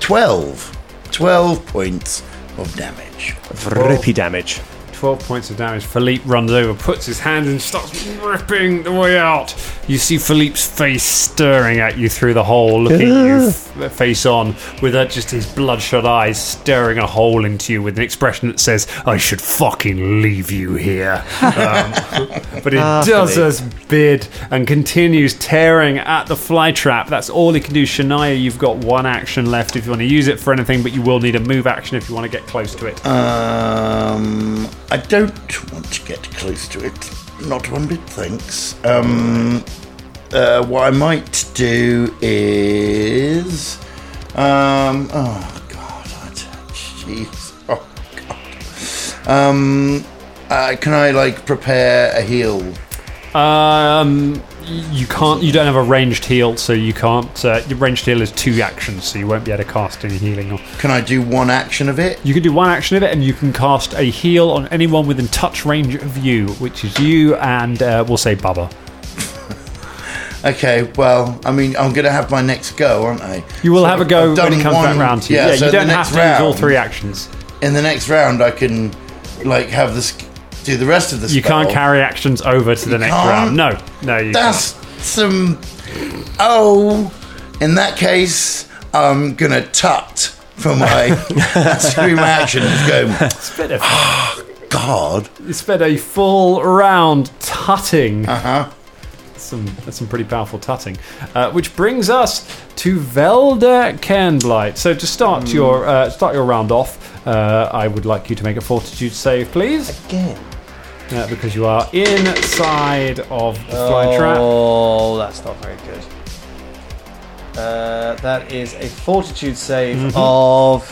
S5: twelve. Twelve points of damage.
S4: Rippy damage.
S3: 12 points of damage. Philippe runs over, puts his hand and starts ripping the way out. You see Philippe's face staring at you through the hole, looking at you f- face on, with uh, just his bloodshot eyes staring a hole into you with an expression that says, I should fucking leave you here. Um, but he
S6: Ah.
S5: Ah,
S3: does as bid and continues tearing at the fly trap. That's all he can do. Shania, you've got one action left if you want to use it for anything, but you will need a move action if you want to get close to it.
S5: Um, I don't want to get close to it. Not one bit, thanks. Um, uh, what I might do is, um, oh god, I don't, jeez, oh god. Um, uh, can I like prepare a heal?
S3: Um, you can't. You don't have a ranged heal, so you can't. Uh, your ranged heal is two actions, so you won't be able to cast any healing. Or,
S5: Can I do one action of it?
S3: you can do one action of it, and you can cast a heal on anyone within touch range of you, which is you and uh, we'll say Bubba.
S5: Okay, well, I mean, I'm gonna have my next go, aren't I?
S3: You will
S5: So
S3: have a go
S5: I've
S3: when
S5: done
S3: it comes back
S5: one-
S3: round to you. Yeah,
S5: so
S3: you
S5: the
S3: don't have
S5: next
S3: to use all
S5: round-
S3: three actions.
S5: in the next round I can like have this do the rest of the
S3: You
S5: spell.
S3: can't carry actions over to the next
S5: can't?
S3: round. No, no, you
S5: that's some oh in that case I'm gonna tut for my scream action go
S3: can't. It's been
S5: God
S3: a, it's been a full round tutting.
S5: uh-huh
S3: some that's some pretty powerful tutting, uh, which brings us to Velda Candlelight. So to start
S5: Hmm.
S3: your uh, start your round off, uh, I would like you to make a Fortitude save, please. Again, uh, because you are inside of the fly trap.
S4: Oh, that's not very good. Uh, that is a fortitude save
S3: Mm-hmm.
S4: of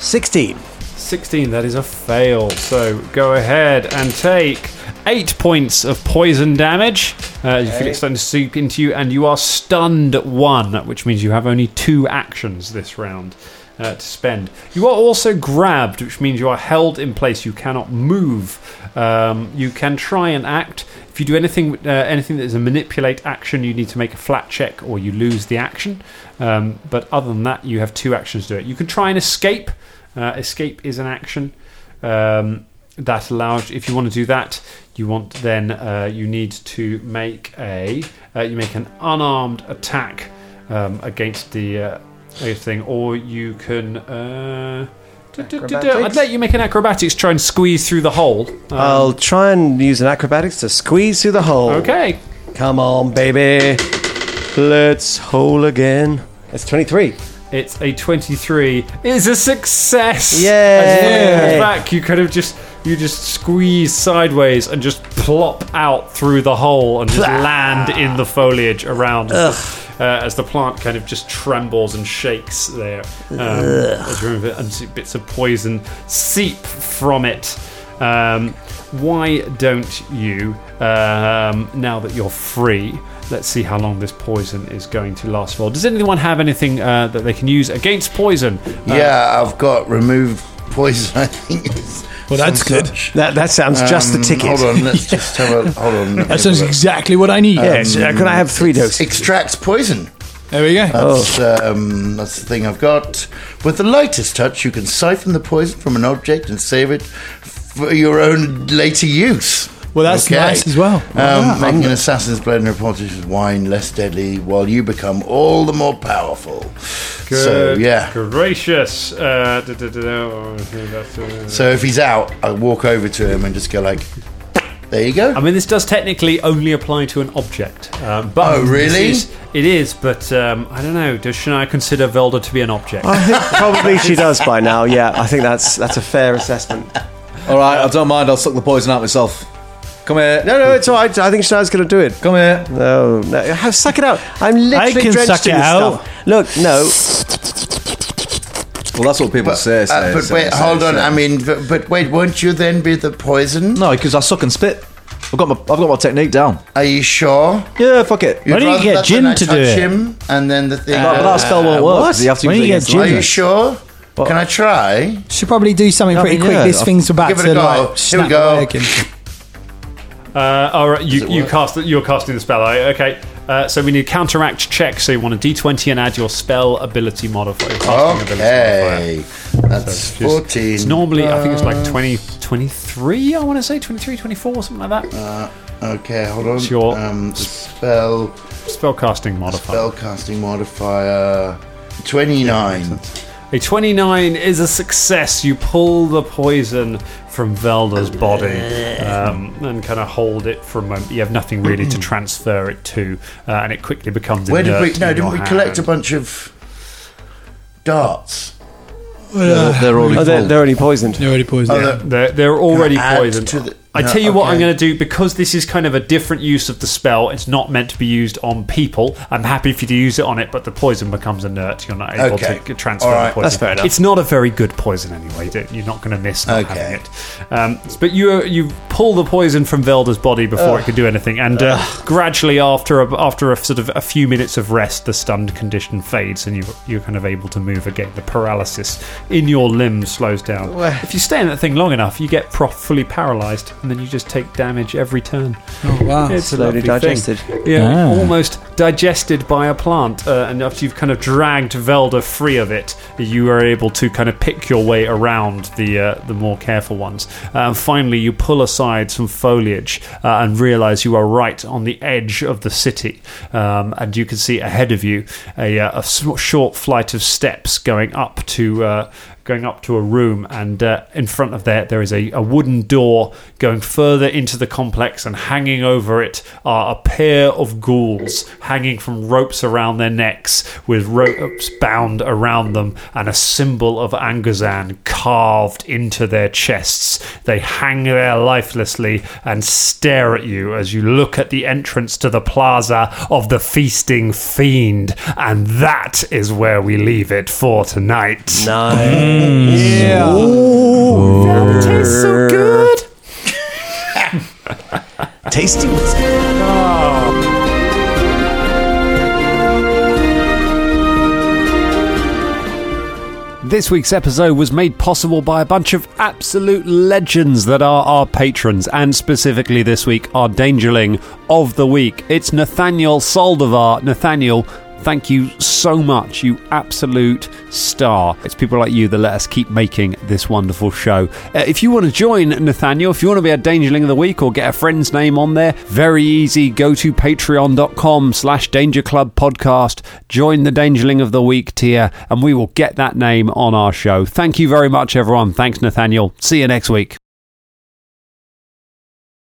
S4: 16.
S3: 16, that is a fail. So go ahead and take eight points of poison damage. Uh, You feel it starting to seep into you, and you are stunned at one, which means you have only two actions this round uh, to spend. You are also grabbed, which means you are held in place. You cannot move. Um, you can try and act. If you do anything, uh, anything that is a manipulate action, you need to make a flat check or you lose the action. Um, but other than that, you have two actions to do it. You can try and escape. Uh, escape is an action um, that allows. If you want to do that, you want then uh, you need to make a uh, you make an unarmed attack um, against the uh, against thing, or you can. Uh, do- do- do- do- I'd
S4: Acrobatics?
S3: let you make an acrobatics try and squeeze through the hole. Uh,
S4: I'll try and use an acrobatics to squeeze through the hole.
S3: okay.
S4: Come on, baby. Let's hole again. It's 23.
S3: It's a 23. It's a success.
S4: Yay.
S3: As you look back, you kind of just you just squeeze sideways and just plop out through the hole and just land in the foliage around as the, uh, as the plant kind of just trembles and shakes there. Um, as you remember, and see bits of poison seep from it. Um, why don't you um, now that you're free? Let's see how long this poison is going to last for. Does anyone have anything uh, that they can use against poison? Uh,
S5: yeah, I've got remove poison. I think. it's
S7: Well, that's
S5: some
S7: good.
S5: such.
S4: That, that sounds just the
S5: Um,
S4: ticket.
S5: Hold on, let's just have a hold on.
S7: That sounds exactly what I need.
S4: Yes, uh, could I have three doses? Oh.
S5: Extracts poison.
S7: There we go.
S5: That's, um, that's the thing I've got. With the lightest touch, you can siphon the poison from an object and save it for your own later use.
S7: Well, that's nice as well. Ah,
S5: Um, Making an assassin's blade and a politician's wine less deadly while you become all the more powerful. So,
S3: Good
S5: yeah.
S3: Gracious. Uh, duh, duh, duh, duh, that's, uh,
S5: So if he's out, I walk over to him and just go like, there you go.
S3: I mean, this does technically only apply to an object. Um, but
S5: Oh, really?
S3: this is- it is, but um, I don't know. Does Shania consider Velda to be an object?
S4: Probably she does by now. Yeah, I think that's that's a fair assessment.
S2: All right, I don't mind. I'll suck the poison out myself. Come here.
S4: No, no, it's all right. I think Shadow's going to do it.
S2: Come here.
S4: No, no, have, suck it out. I'm literally
S8: can
S4: drenched
S8: suck
S4: in
S8: it
S4: this
S8: out.
S4: stuff. Look, no,
S2: Well, that's what people say.
S5: Uh,
S2: say,
S5: but
S2: say,
S5: wait,
S2: say,
S5: hold on.
S2: say.
S5: I mean, but, but wait, won't you then be the poison?
S2: no, because I suck and spit. I've got my, I've got my technique down.
S5: Are you sure?
S2: Yeah, fuck it.
S5: You'd
S8: do you
S5: rather
S8: get
S5: that
S8: Jin
S5: than I
S8: to do
S5: touch
S8: it?
S5: him, and then the thing. Uh,
S2: but that spell won't work. 'cause You have to
S8: When
S2: use it
S8: you get
S2: against
S8: gin-
S5: are you
S2: lightning.
S5: sure? Can I try?
S7: Should probably do something
S2: I
S7: pretty
S2: mean,
S7: quick.
S2: yeah,
S7: this
S2: I'll
S7: thing's about
S5: give it
S7: to
S5: a go. Here we
S7: like snap
S5: go.
S7: away again.
S3: Uh, all right, you,
S5: it
S3: you
S5: work?
S3: cast you're casting the spell. Right? Okay, uh, so we need counteract check. So you want a d20 and add your spell ability modifier. casting
S5: Oh.
S3: ability modifier.
S5: Okay, that's
S3: Just-
S5: fourteen. Uh,
S3: It's normally, I think it's like 20, 23, I want to say 23, 24, something like that.
S5: Uh, Okay, hold on.
S3: It's your-
S5: um, spell
S3: spell casting modifier.
S5: spell casting modifier twenty nine.
S3: A 29 is a success. You pull the poison from Velda's body um, and kind of hold it for a moment. You have nothing really to transfer it to, uh, and it quickly becomes
S5: Where did
S3: inert
S5: we? No,
S3: in your
S5: didn't we collect a
S3: hand.
S5: bunch of darts?
S2: They're, they're already
S4: oh, they're,
S2: full.
S4: they're already poisoned.
S7: You're already poisoned.
S5: Oh, that-
S3: They're, they're already
S5: add
S3: poisoned.
S5: to the-
S3: I
S5: No,
S3: tell you what
S5: okay.
S3: I'm going to do because this is kind of a different use of the spell. It's not meant to be used on people. I'm happy for you to use it on it, but the poison becomes inert. You're not able
S5: Okay.
S3: to transfer
S5: All right.
S3: the poison.
S5: That's
S4: fair enough.
S3: It's not a very good poison anyway. that You're not going to miss not
S5: Okay.
S3: having it. Um, but you you pull the poison from Velda's body before it could do anything, and uh, gradually after a, after a sort of a few minutes of rest, the stunned condition fades, and you you're kind of able to move again. The paralysis in your limbs slows down. If you stay in that thing long enough, you get pro- fully paralyzed, and then you just take damage every turn.
S7: Oh, wow.
S3: It's a
S4: Slowly
S3: lovely thing.
S4: digested.
S3: Yeah,
S8: Ah.
S3: almost digested by a plant. Uh, and after you've kind of dragged Velda free of it, you are able to kind of pick your way around the uh, the more careful ones. Uh, finally, you pull aside some foliage uh, and realize you are right on the edge of the city. Um, and you can see ahead of you a, uh, a sm- short flight of steps going up to. Uh, going up to a room, and uh, in front of that there is a, a wooden door going further into the complex, and hanging over it are a pair of ghouls hanging from ropes around their necks, with ropes bound around them, and a symbol of Anguzan carved into their chests. They hang there lifelessly and stare at you as you look at the entrance to the plaza of the feasting fiend, and that is where we leave it for tonight. Mm. Oh, Tastes so good.
S4: Tasty.
S3: Oh.
S1: This week's episode was made possible by a bunch of absolute legends that are our patrons, and specifically this week, our Dangerling of the Week. It's Nathaniel Soldivar. Nathaniel, thank you so much, you absolute star. It's people like you that let us keep making this wonderful show. Uh, if you want to join Nathaniel, if you want to be a Dangerling of the Week or get a friend's name on there, very easy. Go to patreon.com slash danger club podcast, join the Dangerling of the Week tier, and we will get that name on our show. Thank you very much, everyone. Thanks, Nathaniel. See you next week.